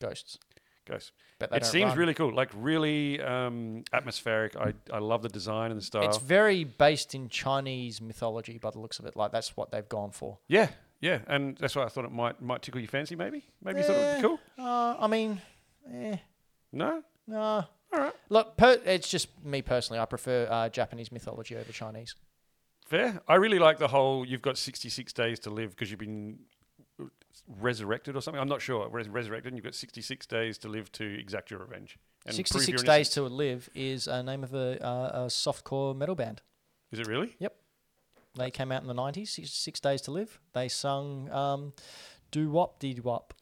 [SPEAKER 1] Ghosts.
[SPEAKER 2] ghosts.
[SPEAKER 1] But they
[SPEAKER 2] It
[SPEAKER 1] don't
[SPEAKER 2] seems
[SPEAKER 1] run.
[SPEAKER 2] really cool, like really um, atmospheric. I, I love the design and the style.
[SPEAKER 1] It's very based in Chinese mythology by the looks of it. Like that's what they've gone for.
[SPEAKER 2] yeah, yeah, and that's why I thought it might might tickle your fancy. Maybe maybe you thought it would
[SPEAKER 1] Eh,
[SPEAKER 2] be cool.
[SPEAKER 1] Uh, I mean, eh,
[SPEAKER 2] No,
[SPEAKER 1] no.
[SPEAKER 2] all right,
[SPEAKER 1] Look, per- it's just me personally. I prefer uh, Japanese mythology over Chinese.
[SPEAKER 2] fair. I really like the whole. You've got 66 days to live because you've been resurrected or something. I'm not sure. Res- resurrected, and you've got 66 days to live to exact your revenge. And prove your
[SPEAKER 1] 66 Days to Live is a name of a, uh, a softcore metal band.
[SPEAKER 2] innocence. Is it really?
[SPEAKER 1] They came out in the 90s, 66 Days to Live. They sung um, Do Wop Dee Wop.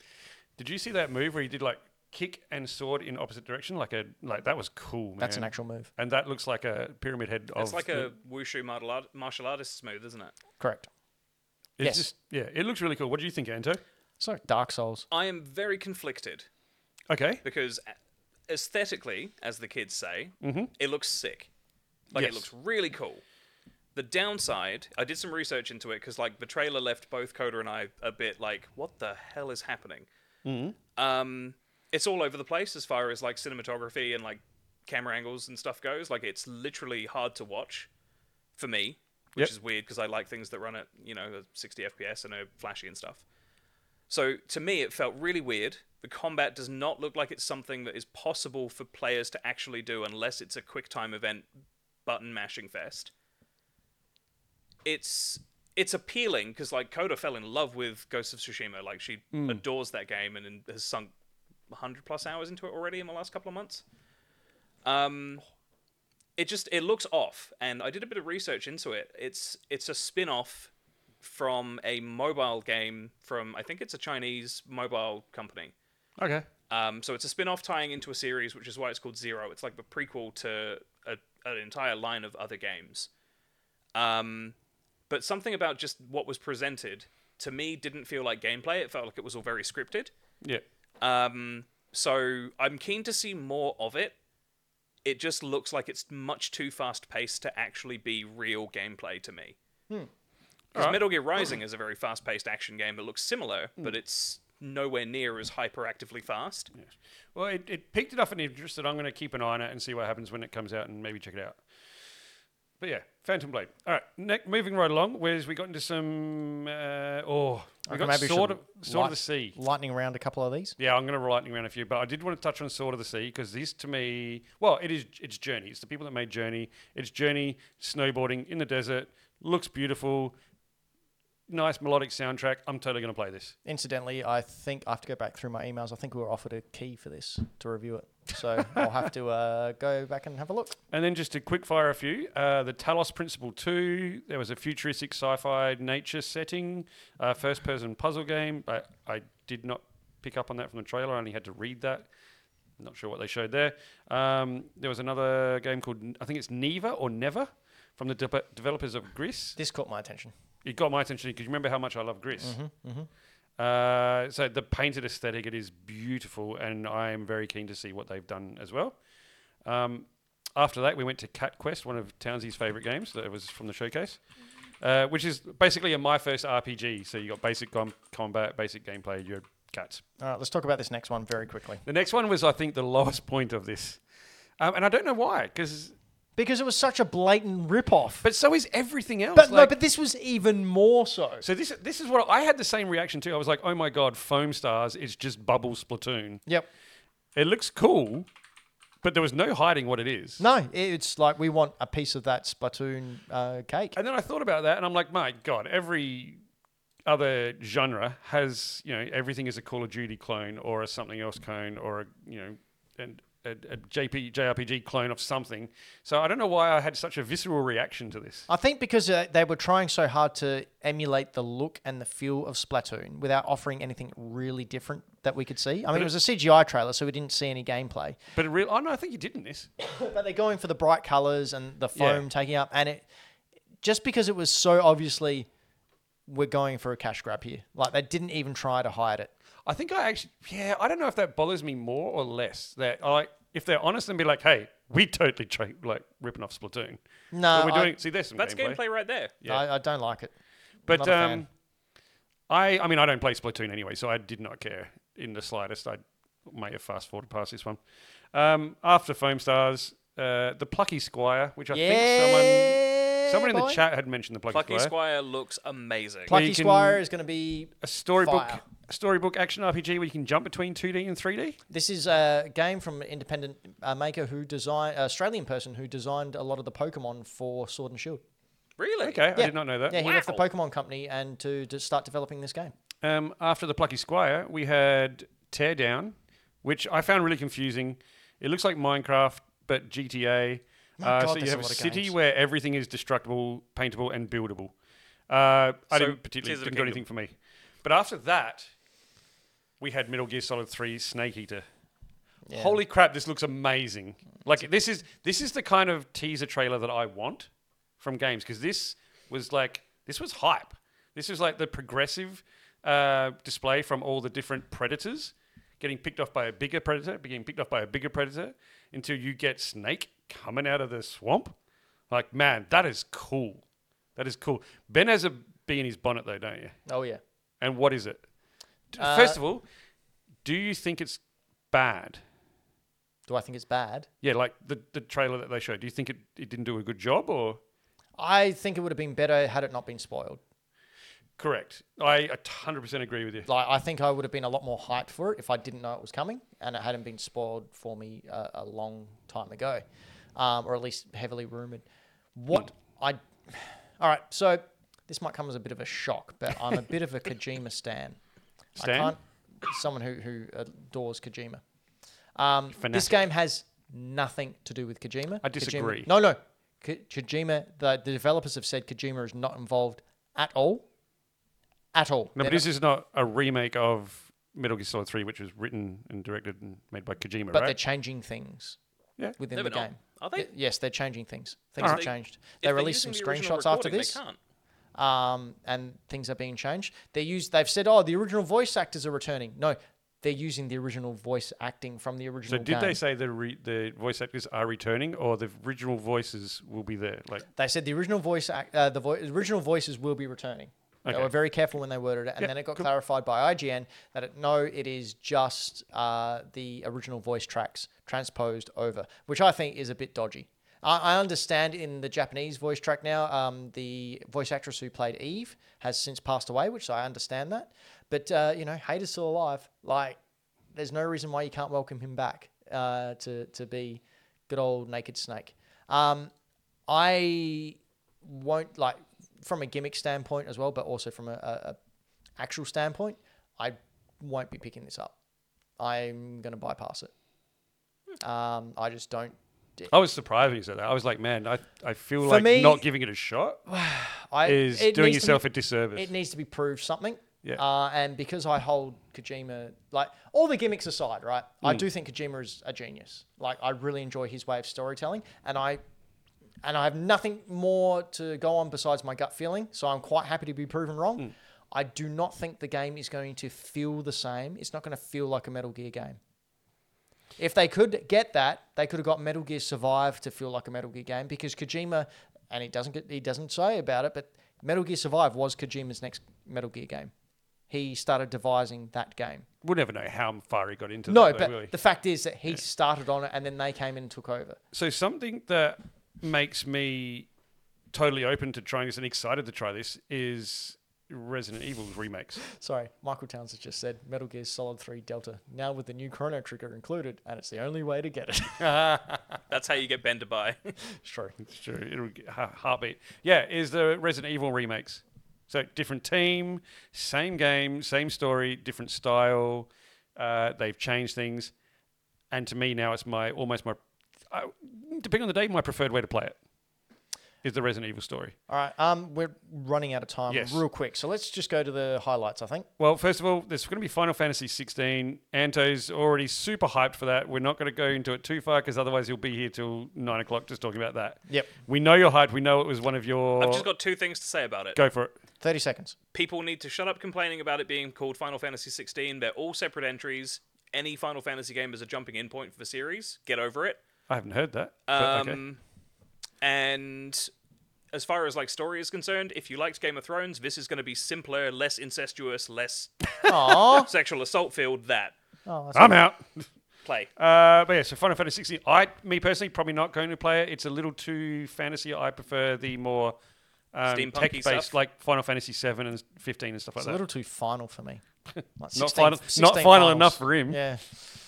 [SPEAKER 2] Did you see that move where he did like kick and sword in opposite direction? Like a like that was cool. Man.
[SPEAKER 1] That's an actual move.
[SPEAKER 2] And that looks like a pyramid head.
[SPEAKER 3] It's
[SPEAKER 2] of
[SPEAKER 3] like
[SPEAKER 2] the-
[SPEAKER 3] a wushu martial art- martial artist move, isn't it?
[SPEAKER 1] Correct.
[SPEAKER 2] It's
[SPEAKER 1] Yes.
[SPEAKER 2] just yeah, it looks really cool. What do you think, Anto?
[SPEAKER 1] It's like Dark Souls.
[SPEAKER 3] I am very conflicted
[SPEAKER 2] Okay.
[SPEAKER 3] because a- aesthetically, as the kids say, it looks sick.
[SPEAKER 2] Mm-hmm.
[SPEAKER 3] Like
[SPEAKER 2] Yes.
[SPEAKER 3] it looks really cool. The downside, I did some research into it because like the trailer left both Coda and I a bit like, what the hell is happening?
[SPEAKER 2] Mm-hmm.
[SPEAKER 3] Um, it's all over the place as far as like cinematography and like camera angles and stuff goes. Like it's literally hard to watch for me, which
[SPEAKER 2] Yep.
[SPEAKER 3] is weird because I like things that run at you know 60 FPS and are flashy and stuff. So to me, it felt really weird. The combat does not look like it's something that is possible for players to actually do unless it's a quick time event button mashing fest. It's it's appealing because like Koda fell in love with Ghost of Tsushima, like she adores that game and, and has sunk 100 plus hours into it already in the last couple of months. Um, it just it looks off, and I did a bit of research into it. It's it's a spin off from a mobile game from I think it's a Chinese mobile company.
[SPEAKER 2] Okay.
[SPEAKER 3] Um, so it's a spin-off tying into a series, which is why it's called Zero. It's like the prequel to a, an entire line of other games. Um, but something about just what was presented to me didn't feel like gameplay. It felt like it was all very scripted.
[SPEAKER 2] Yeah.
[SPEAKER 3] Um, so I'm keen to see more of it. It just looks like it's much too fast paced to actually be real gameplay to me.
[SPEAKER 1] Hmm.
[SPEAKER 3] Because
[SPEAKER 2] Alright.
[SPEAKER 3] Metal Gear Rising is a very fast paced action game that looks similar,
[SPEAKER 1] Hmm.
[SPEAKER 3] but it's nowhere near as hyperactively fast.
[SPEAKER 2] Well, it, it picked enough an interest that I'm going to keep an eye on it and see what happens when it comes out and maybe check it out. But yeah, Phantom Blade. All right, ne- moving right along, whereas we got into some. Uh, oh, we
[SPEAKER 1] Okay,
[SPEAKER 2] got
[SPEAKER 1] we
[SPEAKER 2] Sword, of,
[SPEAKER 1] should
[SPEAKER 2] Sword of
[SPEAKER 1] light-
[SPEAKER 2] the Sea.
[SPEAKER 1] Lightning round a couple of these.
[SPEAKER 2] Yeah, I'm going to lightning around a few, but I did want to touch on Sword of the Sea because this, to me, well, it is it's Journey. It's the people that made Journey. It's Journey snowboarding in the desert. Looks beautiful. Nice melodic soundtrack. I'm totally going to play this.
[SPEAKER 1] Incidentally, I think I have to go back through my emails. I think we were offered a key for this to review it.
[SPEAKER 2] <laughs>
[SPEAKER 1] So I'll have to uh, go back and have a look.
[SPEAKER 2] And then just to quick fire a few, uh, the Talos Principle 2, there was a futuristic sci-fi nature setting, uh, first-person puzzle game, but I did not pick up on that from the trailer. I only had to read that. Not sure what they showed there. Um, there was another game called, I think it's Neva or Never, from the de- developers of Gris.
[SPEAKER 1] This caught my attention.
[SPEAKER 2] It got my attention because you remember how much I love Gris. Uh, so the painted aesthetic, it is beautiful, and I am very keen to see what they've done as well. Um, after that, we went to Cat Quest, one of Townsie's favourite games that was from the showcase, uh, which is basically a my first RPG. So you got basic com- combat, basic gameplay, you're cats.
[SPEAKER 1] All right, let's talk about this next one very quickly.
[SPEAKER 2] The next one was, I think, the <laughs> lowest point of this, um, and I don't know why, because
[SPEAKER 1] Because it was such a blatant rip-off.
[SPEAKER 2] but so is everything else.
[SPEAKER 1] But no,
[SPEAKER 2] like-
[SPEAKER 1] but this was even more so.
[SPEAKER 2] So this this is what I had the same reaction too. I was like, oh my god, Foam Stars is just bubble Splatoon.
[SPEAKER 1] Yep.
[SPEAKER 2] It looks cool, but there was no hiding what it is.
[SPEAKER 1] No, it's like we want a piece of that Splatoon uh, cake.
[SPEAKER 2] And then I thought about that, and I'm like, my god, every other genre has you know everything is a Call of Duty clone or a something else clone or a you know and a, a JP, JRPG clone of something. So I don't know why I had such a visceral reaction to this.
[SPEAKER 1] I think because uh, they were trying so hard to emulate the look and the feel of Splatoon without offering anything really different that we could see. I mean, it was a CGI trailer, so we didn't see any gameplay.
[SPEAKER 2] But it real, oh no, I think you did in this.
[SPEAKER 1] But they're going for the bright colors and the
[SPEAKER 2] Yeah.
[SPEAKER 1] foam taking up, and it just because it was so obviously we're going for a cash grab here. Like they didn't even try to hide it.
[SPEAKER 2] I think I actually, yeah, I don't know if that bothers me more or less. That I, if they're honest and be like, hey, we totally tra- like ripping off Splatoon.
[SPEAKER 1] No,
[SPEAKER 2] But we're
[SPEAKER 1] Uh, I-
[SPEAKER 2] doing. see, there's some
[SPEAKER 3] That's
[SPEAKER 2] gameplay.
[SPEAKER 3] gameplay right there.
[SPEAKER 2] Yeah.
[SPEAKER 1] I, I don't like it.
[SPEAKER 2] But
[SPEAKER 1] Not a fan.
[SPEAKER 2] um, I, I mean, I don't play Splatoon anyway, so I did not care in the slightest. I may have fast forwarded past this one. Um, after Foam Stars, uh, the Plucky Squire, which I think
[SPEAKER 1] Yeah,
[SPEAKER 2] someone, someone in the
[SPEAKER 1] boy.
[SPEAKER 2] chat had mentioned the Plucky,
[SPEAKER 3] Plucky
[SPEAKER 2] Squire.
[SPEAKER 3] Squire looks amazing.
[SPEAKER 2] Pluck-
[SPEAKER 1] Plucky
[SPEAKER 2] you can-
[SPEAKER 1] Squire is going to be.
[SPEAKER 2] a storybook,
[SPEAKER 1] Fire.
[SPEAKER 2] a storybook action RPG where you can jump between 2D and 3D.
[SPEAKER 1] This is a game from an independent uh, maker who designed Australian person who designed a lot of the Pokemon for Sword and Shield.
[SPEAKER 3] really?
[SPEAKER 2] Okay, I
[SPEAKER 1] Yeah.
[SPEAKER 2] did not know that.
[SPEAKER 1] Yeah, he left the
[SPEAKER 3] Wow.
[SPEAKER 1] Pokemon company and to, to start developing this game.
[SPEAKER 2] Um, after the Plucky Squire, we had Teardown, which I found really confusing. It looks like Minecraft, but GTA. uh,
[SPEAKER 1] Oh God,
[SPEAKER 2] so
[SPEAKER 1] there's
[SPEAKER 2] you
[SPEAKER 1] a
[SPEAKER 2] have a,
[SPEAKER 1] lot of
[SPEAKER 2] city
[SPEAKER 1] games.
[SPEAKER 2] where everything is destructible, paintable, and buildable. Uh, I
[SPEAKER 3] So,
[SPEAKER 2] didn't particularly
[SPEAKER 3] Tears of the
[SPEAKER 2] didn't do
[SPEAKER 3] Kingdom.
[SPEAKER 2] anything for me. But after that, we had Metal Gear Solid Three Snake Eater. Holy crap! This looks amazing. Like this is this is the kind of teaser trailer that I want from games because this was like this was hype. This was like the progressive uh, display from all the different predators getting picked off by a bigger predator, being picked off by a bigger predator until you get Snake coming out of the swamp. Like man, that is cool. That is cool. Ben has a bee in his bonnet though, don't you?
[SPEAKER 1] Oh yeah.
[SPEAKER 2] And what is it? D- First of all, do you think it's bad?
[SPEAKER 1] Do I think it's bad?
[SPEAKER 2] Yeah, like the, the trailer that they showed. Do you think it, it didn't do a good job or
[SPEAKER 1] I think it would have been better had it not been spoiled.
[SPEAKER 2] correct? I 100% agree with you.
[SPEAKER 1] Like I think I would have been a lot more hyped for it if I didn't know it was coming and it hadn't been spoiled for me uh, a long time ago, um, or at least heavily rumored. What
[SPEAKER 2] Hmm.
[SPEAKER 1] I, <sighs> all right. So this might come as a bit of a shock, but I'm a bit of a Kojima stan.
[SPEAKER 2] Stan?
[SPEAKER 1] I can't. Someone who who adores Kojima. Um, this
[SPEAKER 2] Fanatic.
[SPEAKER 1] game has nothing to do with Kojima.
[SPEAKER 2] I
[SPEAKER 1] Kojima-
[SPEAKER 2] disagree.
[SPEAKER 1] No, no. Ko- Kojima. The, the developers have said Kojima is not involved at all. At all. They're
[SPEAKER 2] No, but this is not a remake of Metal Gear Solid 3, which was written and directed and made by Kojima,
[SPEAKER 1] but they're
[SPEAKER 2] right?
[SPEAKER 1] changing things
[SPEAKER 2] Yeah.
[SPEAKER 1] within
[SPEAKER 3] No,
[SPEAKER 1] the
[SPEAKER 3] they're not.
[SPEAKER 1] game.
[SPEAKER 3] Are they?
[SPEAKER 1] Y- yes, they're changing things. Things have
[SPEAKER 3] They-
[SPEAKER 1] changed.
[SPEAKER 3] If
[SPEAKER 1] They
[SPEAKER 3] they're
[SPEAKER 1] released some
[SPEAKER 3] using the original
[SPEAKER 1] screenshots after
[SPEAKER 3] recording,
[SPEAKER 1] this,
[SPEAKER 3] They can't.
[SPEAKER 1] um, and things are being changed. They used. They've said, "Oh, the original voice actors are returning." No, they're using the original voice acting from the
[SPEAKER 2] So
[SPEAKER 1] original.
[SPEAKER 2] did
[SPEAKER 1] game.
[SPEAKER 2] they say the re- the voice actors are returning or the original voices will be there? Like
[SPEAKER 1] They said the original voice, act, uh, the vo- original voices will be returning. They
[SPEAKER 2] Okay.
[SPEAKER 1] were very careful when they worded it, and then it got clarified by IGN that it, no, it is just uh, the original voice tracks transposed over, which I think is a bit dodgy. I, I understand in the Japanese voice track now, um, the voice actress who played Eve has since passed away, which I understand that. But uh, you know, Hayter's still alive. Like, there's no reason why you can't welcome him back uh, to to be good old Naked Snake. Um, I won't like from a gimmick standpoint as well, but also from a, a, a actual standpoint, I won't be picking this up. I'm gonna bypass it.
[SPEAKER 2] Hmm.
[SPEAKER 1] Um, I just don't.
[SPEAKER 2] I was surprised when you said that. I was like, man, I, I feel
[SPEAKER 1] For
[SPEAKER 2] like
[SPEAKER 1] me-
[SPEAKER 2] not giving it a shot
[SPEAKER 1] I,
[SPEAKER 2] is
[SPEAKER 1] it
[SPEAKER 2] doing
[SPEAKER 1] needs to be-
[SPEAKER 2] yourself a disservice.
[SPEAKER 1] It needs to be proved something.
[SPEAKER 2] Yeah.
[SPEAKER 1] Uh, and because I hold Kojima, like all the gimmicks aside, right? I do think Kojima is a genius. Like I really enjoy his way of storytelling, and I, and I have nothing more to go on besides my gut feeling. So I'm quite happy to be proven wrong. I do not think the game is going to feel the same. It's not going to feel like a Metal Gear game. If they could get that, they could have got Metal Gear Survive to feel like a Metal Gear game because Kojima, and he doesn't get, he doesn't say about it, but Metal Gear Survive was Kojima's next Metal Gear game. He started devising that game.
[SPEAKER 2] we'll never know how far he got into
[SPEAKER 1] No,
[SPEAKER 2] that, though,
[SPEAKER 1] but
[SPEAKER 2] will we?
[SPEAKER 1] the fact is that he started on it and then they came in and took over.
[SPEAKER 2] So something that makes me totally open to trying this and excited to try this is Resident Evil's remakes.
[SPEAKER 1] Sorry, Michael Towns has just said Metal Gear Solid 3 Delta, now with the new Chrono Trigger included, and it's the only way to get it.
[SPEAKER 3] That's how you get Ben to buy. <laughs>
[SPEAKER 1] it's true.
[SPEAKER 2] It's true. It'll get ha- heartbeat. Yeah, is the Resident Evil remakes. So different team, same game, same story, different style. Uh, they've changed things, and to me now it's my almost my, I depending on the day, my preferred way to play it is the Resident Evil story.
[SPEAKER 1] All right, um, we're running out of time
[SPEAKER 2] Yes.
[SPEAKER 1] real quick, so let's just go to the highlights, I think.
[SPEAKER 2] Well, first of all, there's going to be Final Fantasy 16. Anto's already super hyped for that. We're not going to go into it too far because otherwise he'll be here till nine o'clock just talking about that.
[SPEAKER 1] Yep.
[SPEAKER 2] We know you're hyped. We know it was one of your.
[SPEAKER 3] I've just got two things to say about it.
[SPEAKER 2] Go for it.
[SPEAKER 1] 30 seconds.
[SPEAKER 3] People need to shut up complaining about it being called Final Fantasy 16. They're all separate entries. Any Final Fantasy game is a jumping in point for the series. Get over it.
[SPEAKER 2] I haven't heard that. but
[SPEAKER 3] Um,
[SPEAKER 2] Oh, okay.
[SPEAKER 3] And as far as like story is concerned, if you liked Game of Thrones, this is going to be simpler, less incestuous, less
[SPEAKER 1] Aw.
[SPEAKER 3] <laughs> sexual assault filled. That
[SPEAKER 1] Oh, that's
[SPEAKER 2] I'm out.
[SPEAKER 3] play.
[SPEAKER 2] Uh, but yeah, so Final Fantasy 16. I, me personally, probably not going to play it. It's a little too fantasy. I prefer the more um,
[SPEAKER 3] Steampunky
[SPEAKER 2] tech based,
[SPEAKER 3] stuff?
[SPEAKER 2] like Final Fantasy 7 and 15 and stuff like
[SPEAKER 1] It's
[SPEAKER 2] that.
[SPEAKER 1] a little too final for
[SPEAKER 2] <laughs>
[SPEAKER 1] me. Like 16
[SPEAKER 2] final- not
[SPEAKER 1] 16
[SPEAKER 2] final
[SPEAKER 1] finals.
[SPEAKER 2] enough for him.
[SPEAKER 1] Yeah.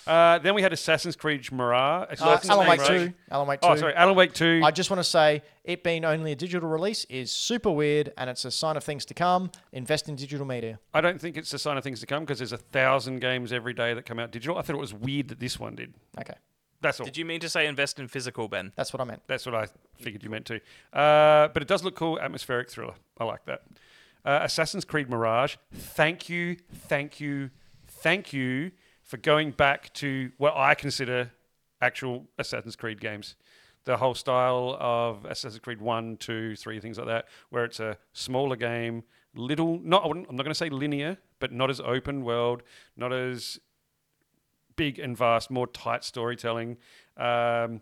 [SPEAKER 2] Uh, then we had Assassin's Creed Mirage.
[SPEAKER 1] Uh,
[SPEAKER 2] Assassin's
[SPEAKER 1] Alan
[SPEAKER 2] Creed
[SPEAKER 1] Wake
[SPEAKER 2] Mirage.
[SPEAKER 1] 2. Alan Wake 2.
[SPEAKER 2] Oh, sorry, Alan Wake 2.
[SPEAKER 1] I just want to say it being only a digital release is super weird and it's a sign of things to come. Invest in digital media.
[SPEAKER 2] I don't think it's a sign of things to come because there's a thousand games every day that come out digital. I thought it was weird that this one did.
[SPEAKER 1] Okay.
[SPEAKER 2] That's all.
[SPEAKER 3] Did you mean to say invest in physical, Ben?
[SPEAKER 1] That's what I meant.
[SPEAKER 2] That's what I figured you meant to. Uh, but it does look cool, atmospheric thriller. I like that. Uh, Assassin's Creed Mirage. Thank you, thank you, thank you for going back to what I consider actual Assassin's Creed games. The whole style of Assassin's Creed 1, 2, 3, things like that, where it's a smaller game, little, not, I wouldn't- I'm not going to say linear, but not as open world, not as big and vast, more tight storytelling. Um,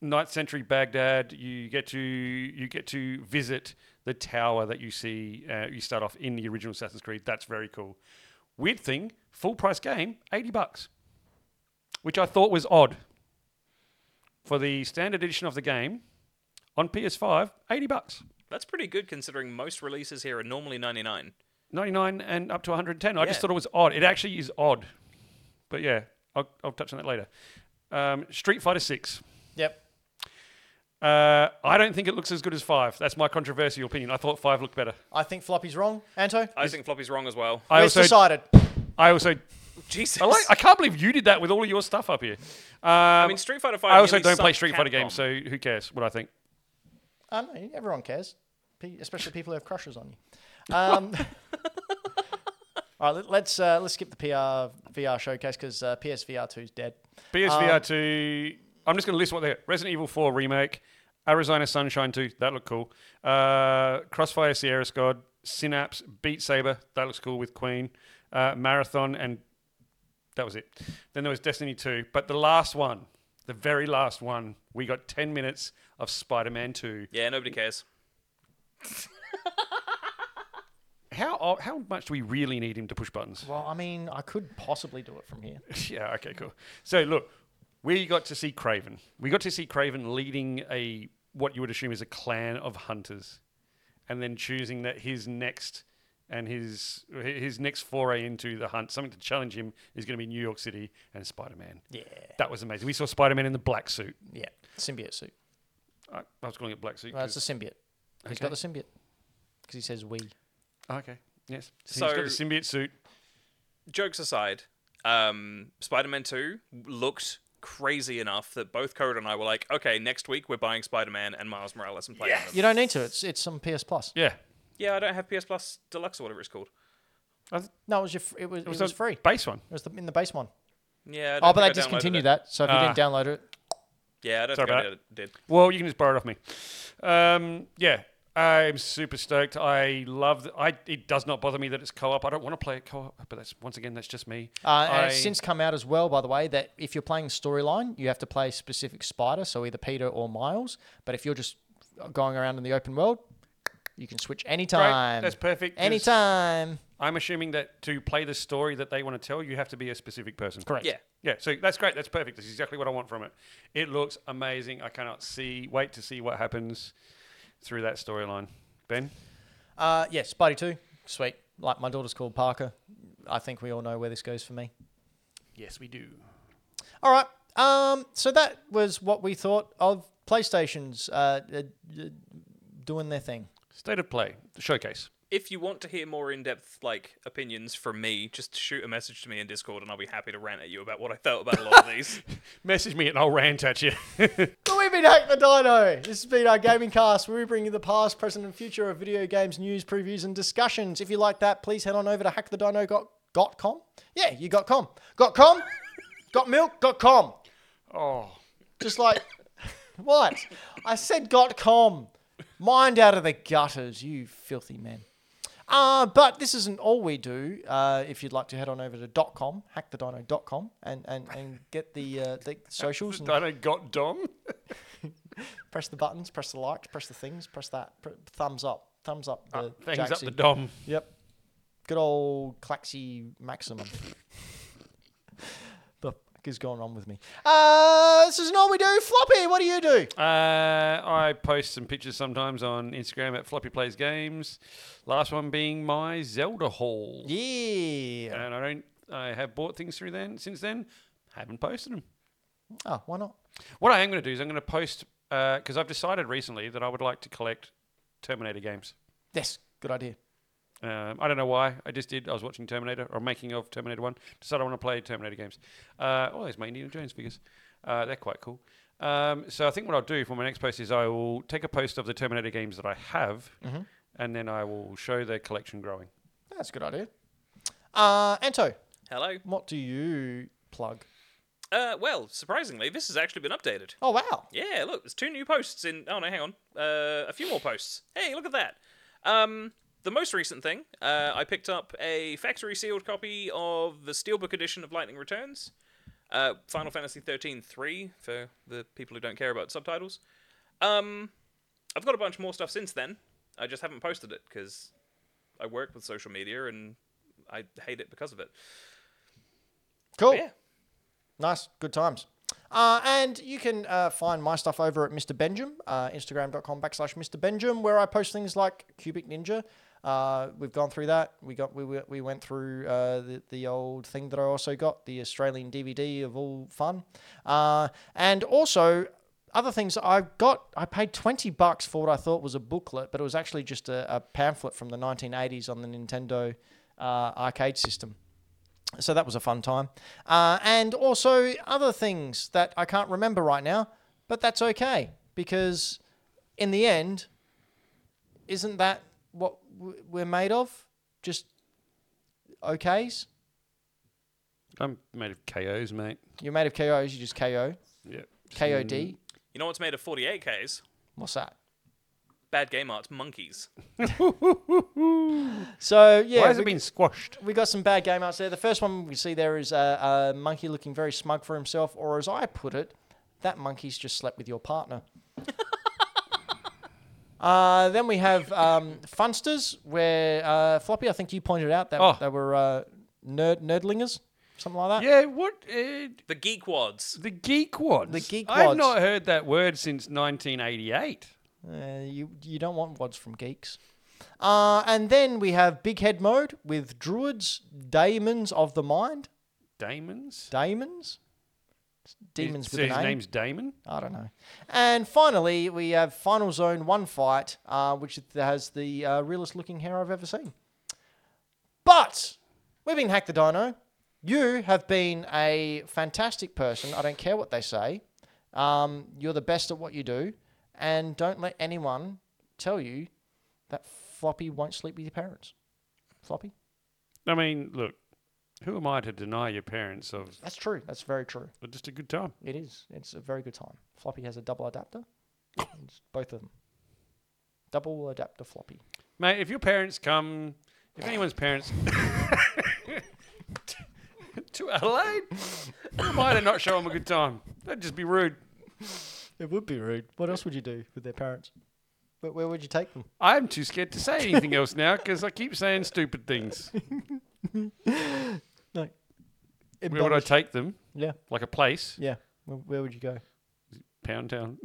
[SPEAKER 2] ninth century Baghdad, you get to you get to visit the tower that you see. Uh, you start off in the original Assassin's Creed. That's very cool. Weird thing, full price game, eighty bucks, which I thought was odd. For the standard edition of the game on PS5, eighty bucks.
[SPEAKER 3] That's pretty good considering most releases here are normally 99.
[SPEAKER 2] 99 and up to 110. I just
[SPEAKER 3] Yeah.
[SPEAKER 2] thought it was odd. It actually is odd. But yeah, I'll, I'll touch on that later. Um, Street Fighter 6.
[SPEAKER 1] Yep.
[SPEAKER 2] Uh, I don't think it looks as good as 5. That's my controversial opinion. I thought 5 looked better.
[SPEAKER 1] I think Floppy's wrong. Anto?
[SPEAKER 3] I think Floppy's wrong as well. <laughs>
[SPEAKER 2] I
[SPEAKER 1] it's
[SPEAKER 2] also,
[SPEAKER 1] decided.
[SPEAKER 2] I also,
[SPEAKER 3] Jesus.
[SPEAKER 2] I, like, I can't believe you did that with all of your stuff up here. Um, I
[SPEAKER 3] I mean, Street Fighter 5.
[SPEAKER 2] also
[SPEAKER 3] nearly
[SPEAKER 2] don't play
[SPEAKER 3] sucked
[SPEAKER 2] Street Fighter
[SPEAKER 3] Capcom.
[SPEAKER 2] games, so who cares what I think?
[SPEAKER 1] I know, everyone cares, P- especially people who have crushes on you. Um, <laughs> all right, let, let's, uh, let's skip the PR, VR showcase because uh, PSVR 2 is dead.
[SPEAKER 2] PSVR 2. I'm just going to list what they Resident Evil 4 remake, Arizona Sunshine 2. That looked cool. Uh, Crossfire Sierra Squad, Synapse, Beat Saber. That looks cool with Queen. Uh, Marathon, and that was it. Then there was Destiny 2. But the last one, the very last one, we got 10 minutes of Spider Man 2.
[SPEAKER 3] Yeah, nobody cares.
[SPEAKER 2] How, how much do we really need him to push buttons? <laughs>
[SPEAKER 1] Well, I mean, I could possibly do it from here.
[SPEAKER 2] yeah, okay, cool. So look, we got to see Craven. We got to see Craven leading a what you would assume is a clan of hunters, and then choosing that his next and his his next foray into the hunt, something to challenge him, is going to be New York City and Spider Man.
[SPEAKER 1] Yeah.
[SPEAKER 2] That was amazing. We saw Spider Man in the black suit.
[SPEAKER 1] Yeah. Symbiote suit.
[SPEAKER 2] I, I was calling it black suit.
[SPEAKER 1] No, it's
[SPEAKER 2] 'cause-
[SPEAKER 1] the symbiote. He's got the symbiote because he says we.
[SPEAKER 2] okay. Yes. So he's got the
[SPEAKER 3] So-
[SPEAKER 2] symbiote suit.
[SPEAKER 3] jokes aside, um, Spider Man 2 looked crazy enough that both Code and I were like, okay, next week we're buying Spider Man and Miles Morales and playing them.
[SPEAKER 1] You don't need to. It's it's some PS Plus.
[SPEAKER 2] Yeah.
[SPEAKER 3] Yeah, I don't have PS Plus Deluxe or whatever it's called.
[SPEAKER 2] I th-
[SPEAKER 1] No, it was your, f- it was it was,
[SPEAKER 2] a
[SPEAKER 1] free. It
[SPEAKER 2] base one.
[SPEAKER 1] was the, in the base one.
[SPEAKER 3] Yeah. I don't
[SPEAKER 1] Oh, but
[SPEAKER 3] think
[SPEAKER 1] they
[SPEAKER 3] I downloaded
[SPEAKER 1] discontinued
[SPEAKER 3] it.
[SPEAKER 1] that. So if you didn't download it,
[SPEAKER 3] Yeah, I don't
[SPEAKER 2] Sorry
[SPEAKER 3] think I
[SPEAKER 2] about
[SPEAKER 3] did. did.
[SPEAKER 2] Well, you can just borrow it off me. Um, yeah, I'm super stoked. I love. th- I it does not bother me that it's co-op. I don't want to play it co-op, but that's once again that's just me.
[SPEAKER 1] Uh, and it's
[SPEAKER 2] I-
[SPEAKER 1] since come out as well, by the way, that if you're playing storyline, you have to play specific spider, so either Peter or Miles. But if you're just going around in the open world, you can switch
[SPEAKER 2] Great,
[SPEAKER 1] anytime.
[SPEAKER 2] that's perfect. 'cause
[SPEAKER 1] Anytime.
[SPEAKER 2] I'm assuming that to play the story that they want to tell, you have to be a specific person. Correct.
[SPEAKER 3] Yeah.
[SPEAKER 2] Yeah. So that's great. That's perfect. That's exactly what I want from it. It looks amazing. I cannot see. Wait to see what happens through that storyline. Ben.
[SPEAKER 1] Uh, yeah, Spidey 2. Sweet. Like my daughter's called Parker. I think we all know where this goes for me.
[SPEAKER 2] Yes, we do.
[SPEAKER 1] All right. Um, so that was what we thought of PlayStation's uh, uh, uh, doing their thing.
[SPEAKER 2] State of play. The showcase.
[SPEAKER 3] If you want to hear more in-depth like opinions from me, just shoot a message to me in Discord, and I'll be happy to rant at you about what I felt about a lot of
[SPEAKER 1] <laughs>
[SPEAKER 3] these.
[SPEAKER 2] Message me and I'll rant at you. <laughs>
[SPEAKER 1] But We've been Hack the Dino. This has been our gaming cast where we bring you the past, present, and future of video games news, previews, and discussions. If you like that, please head on over to hackthedino.com. Yeah, you got com. Got <laughs> com? got milk? Got com.
[SPEAKER 2] oh.
[SPEAKER 1] Just like, what? I said got com. Mind out of the gutters, you filthy men. Uh, but this isn't all we do. Uh, if you'd like to head on over to dot .com, hackthedino.com, and, and, and get the, uh, the socials and
[SPEAKER 2] I don't got Dom.
[SPEAKER 1] press the buttons, press the likes, press the things, press that pr- thumbs up, thumbs up the
[SPEAKER 2] Uh, Things up
[SPEAKER 1] Jaxi.
[SPEAKER 2] the Dom.
[SPEAKER 1] yep, good old Claxy
[SPEAKER 2] <laughs>
[SPEAKER 1] maximum. the fuck is going on with me? Uh, this isn't all we do. Floppy, what do you do?
[SPEAKER 2] Uh, I post some pictures sometimes on Instagram at Floppy Plays Games. Last one being my Zelda haul,
[SPEAKER 1] Yeah.
[SPEAKER 2] and I don't. I have bought things through then since then. Haven't posted them.
[SPEAKER 1] Oh, why not?
[SPEAKER 2] What I am going to do is I'm going to post because I've decided recently that I would like to collect Terminator games.
[SPEAKER 1] Yes, good idea.
[SPEAKER 2] Um, I don't know why. I just did. I was watching Terminator or making of Terminator One. Decided I want to play Terminator games. Uh, oh, there's my Indiana Jones figures. Uh, they're quite cool. Um, so I think what I'll do for my next post is I will take a post of the Terminator games that I have,
[SPEAKER 1] Mm-hmm.
[SPEAKER 2] and then I will show their collection growing.
[SPEAKER 1] That's a good idea. Uh, Anto,
[SPEAKER 3] Hello.
[SPEAKER 1] what do you plug?
[SPEAKER 3] Uh, well, surprisingly, this has actually been updated.
[SPEAKER 1] Oh wow.
[SPEAKER 3] Yeah, look, there's two new posts in. Oh no, hang on. Uh, a few more posts. Hey, look at that. Um, the most recent thing, uh, I picked up a factory sealed copy of the Steelbook edition of Lightning Returns, uh, Final Fantasy 13 3 for the people who don't care about subtitles. Um, I've got a bunch more stuff since then. I just haven't posted it because I work with social media and I hate it because of it.
[SPEAKER 1] Cool.
[SPEAKER 3] But yeah.
[SPEAKER 1] Nice, good times. Uh, and you can uh, find my stuff over at Mr. Benjamin, uh, Instagram.com backslash Mr. Benjamin, where I post things like Cubic Ninja. Uh, we've gone through that. We got we, we we went through uh, the, the old thing that I also got, the Australian DVD of all fun. Uh, and also, other things I got, I paid 20 bucks for what I thought was a booklet, but it was actually just a, a pamphlet from the 1980s on the Nintendo uh, arcade system. So that was a fun time. Uh, and also other things that I can't remember right now, but that's okay because in the end, isn't that what w- we're made of? Just OKs?
[SPEAKER 2] I'm made of KOs, mate.
[SPEAKER 1] You're made of KOs, you just KO.
[SPEAKER 2] Yeah. Mm.
[SPEAKER 1] KOD?
[SPEAKER 3] You know what's made of 48Ks?
[SPEAKER 1] What's that?
[SPEAKER 3] Bad game art's monkeys.
[SPEAKER 1] So, yeah.
[SPEAKER 2] Why has it
[SPEAKER 1] we-
[SPEAKER 2] been
[SPEAKER 1] <laughs>
[SPEAKER 2] squashed?
[SPEAKER 1] we got some bad game outs there. The first one we see there is a, a monkey looking very smug for himself, or as I put it, that monkey's just slept with your
[SPEAKER 2] <laughs>
[SPEAKER 1] partner. uh, then we have um, Funsters, where uh, Floppy, I think you pointed out that
[SPEAKER 2] Oh.
[SPEAKER 1] they were uh, nerd nerdlingers. something like that.
[SPEAKER 2] Yeah, what uh,
[SPEAKER 3] The geek wads.
[SPEAKER 2] the geek wads?
[SPEAKER 1] The geek
[SPEAKER 2] I've
[SPEAKER 1] wads.
[SPEAKER 2] not heard that word since 1988.
[SPEAKER 1] Uh, you you don't want wads from geeks. Uh, and then we have Big Head Mode with Druids, Daemons of the Mind.
[SPEAKER 2] Damons.
[SPEAKER 1] Daemons? Demons
[SPEAKER 2] His-
[SPEAKER 1] with
[SPEAKER 2] so
[SPEAKER 1] an
[SPEAKER 2] his
[SPEAKER 1] A.
[SPEAKER 2] name's Damon.
[SPEAKER 1] I don't know. And finally, we have Final Zone One Fight, uh, which has the uh, realest looking hair I've ever seen. But we've been Hack the Dino. You have been a fantastic person. I don't care what they say. Um, you're the best at what you do. And don't let anyone tell you that Floppy won't sleep with your parents. Floppy?
[SPEAKER 2] I mean, look, who am I to deny your parents of
[SPEAKER 1] That's true. That's very true.
[SPEAKER 2] of just a good time?
[SPEAKER 1] It is. It's a very good time. Floppy has a double adapter. It's both of them. Double adapter floppy.
[SPEAKER 2] Mate, if your parents come, if anyone's parents <laughs> to Adelaide, who am I to not show them a good time? That'd just be rude.
[SPEAKER 1] It would be rude. What else would you do with their parents? Where, where would you take them?
[SPEAKER 2] I'm too scared to say anything else now because I keep saying stupid things.
[SPEAKER 1] No.
[SPEAKER 2] Where would I take them?
[SPEAKER 1] yeah,
[SPEAKER 2] Like a place?
[SPEAKER 1] yeah. Where, where would you go?
[SPEAKER 2] Pound Town.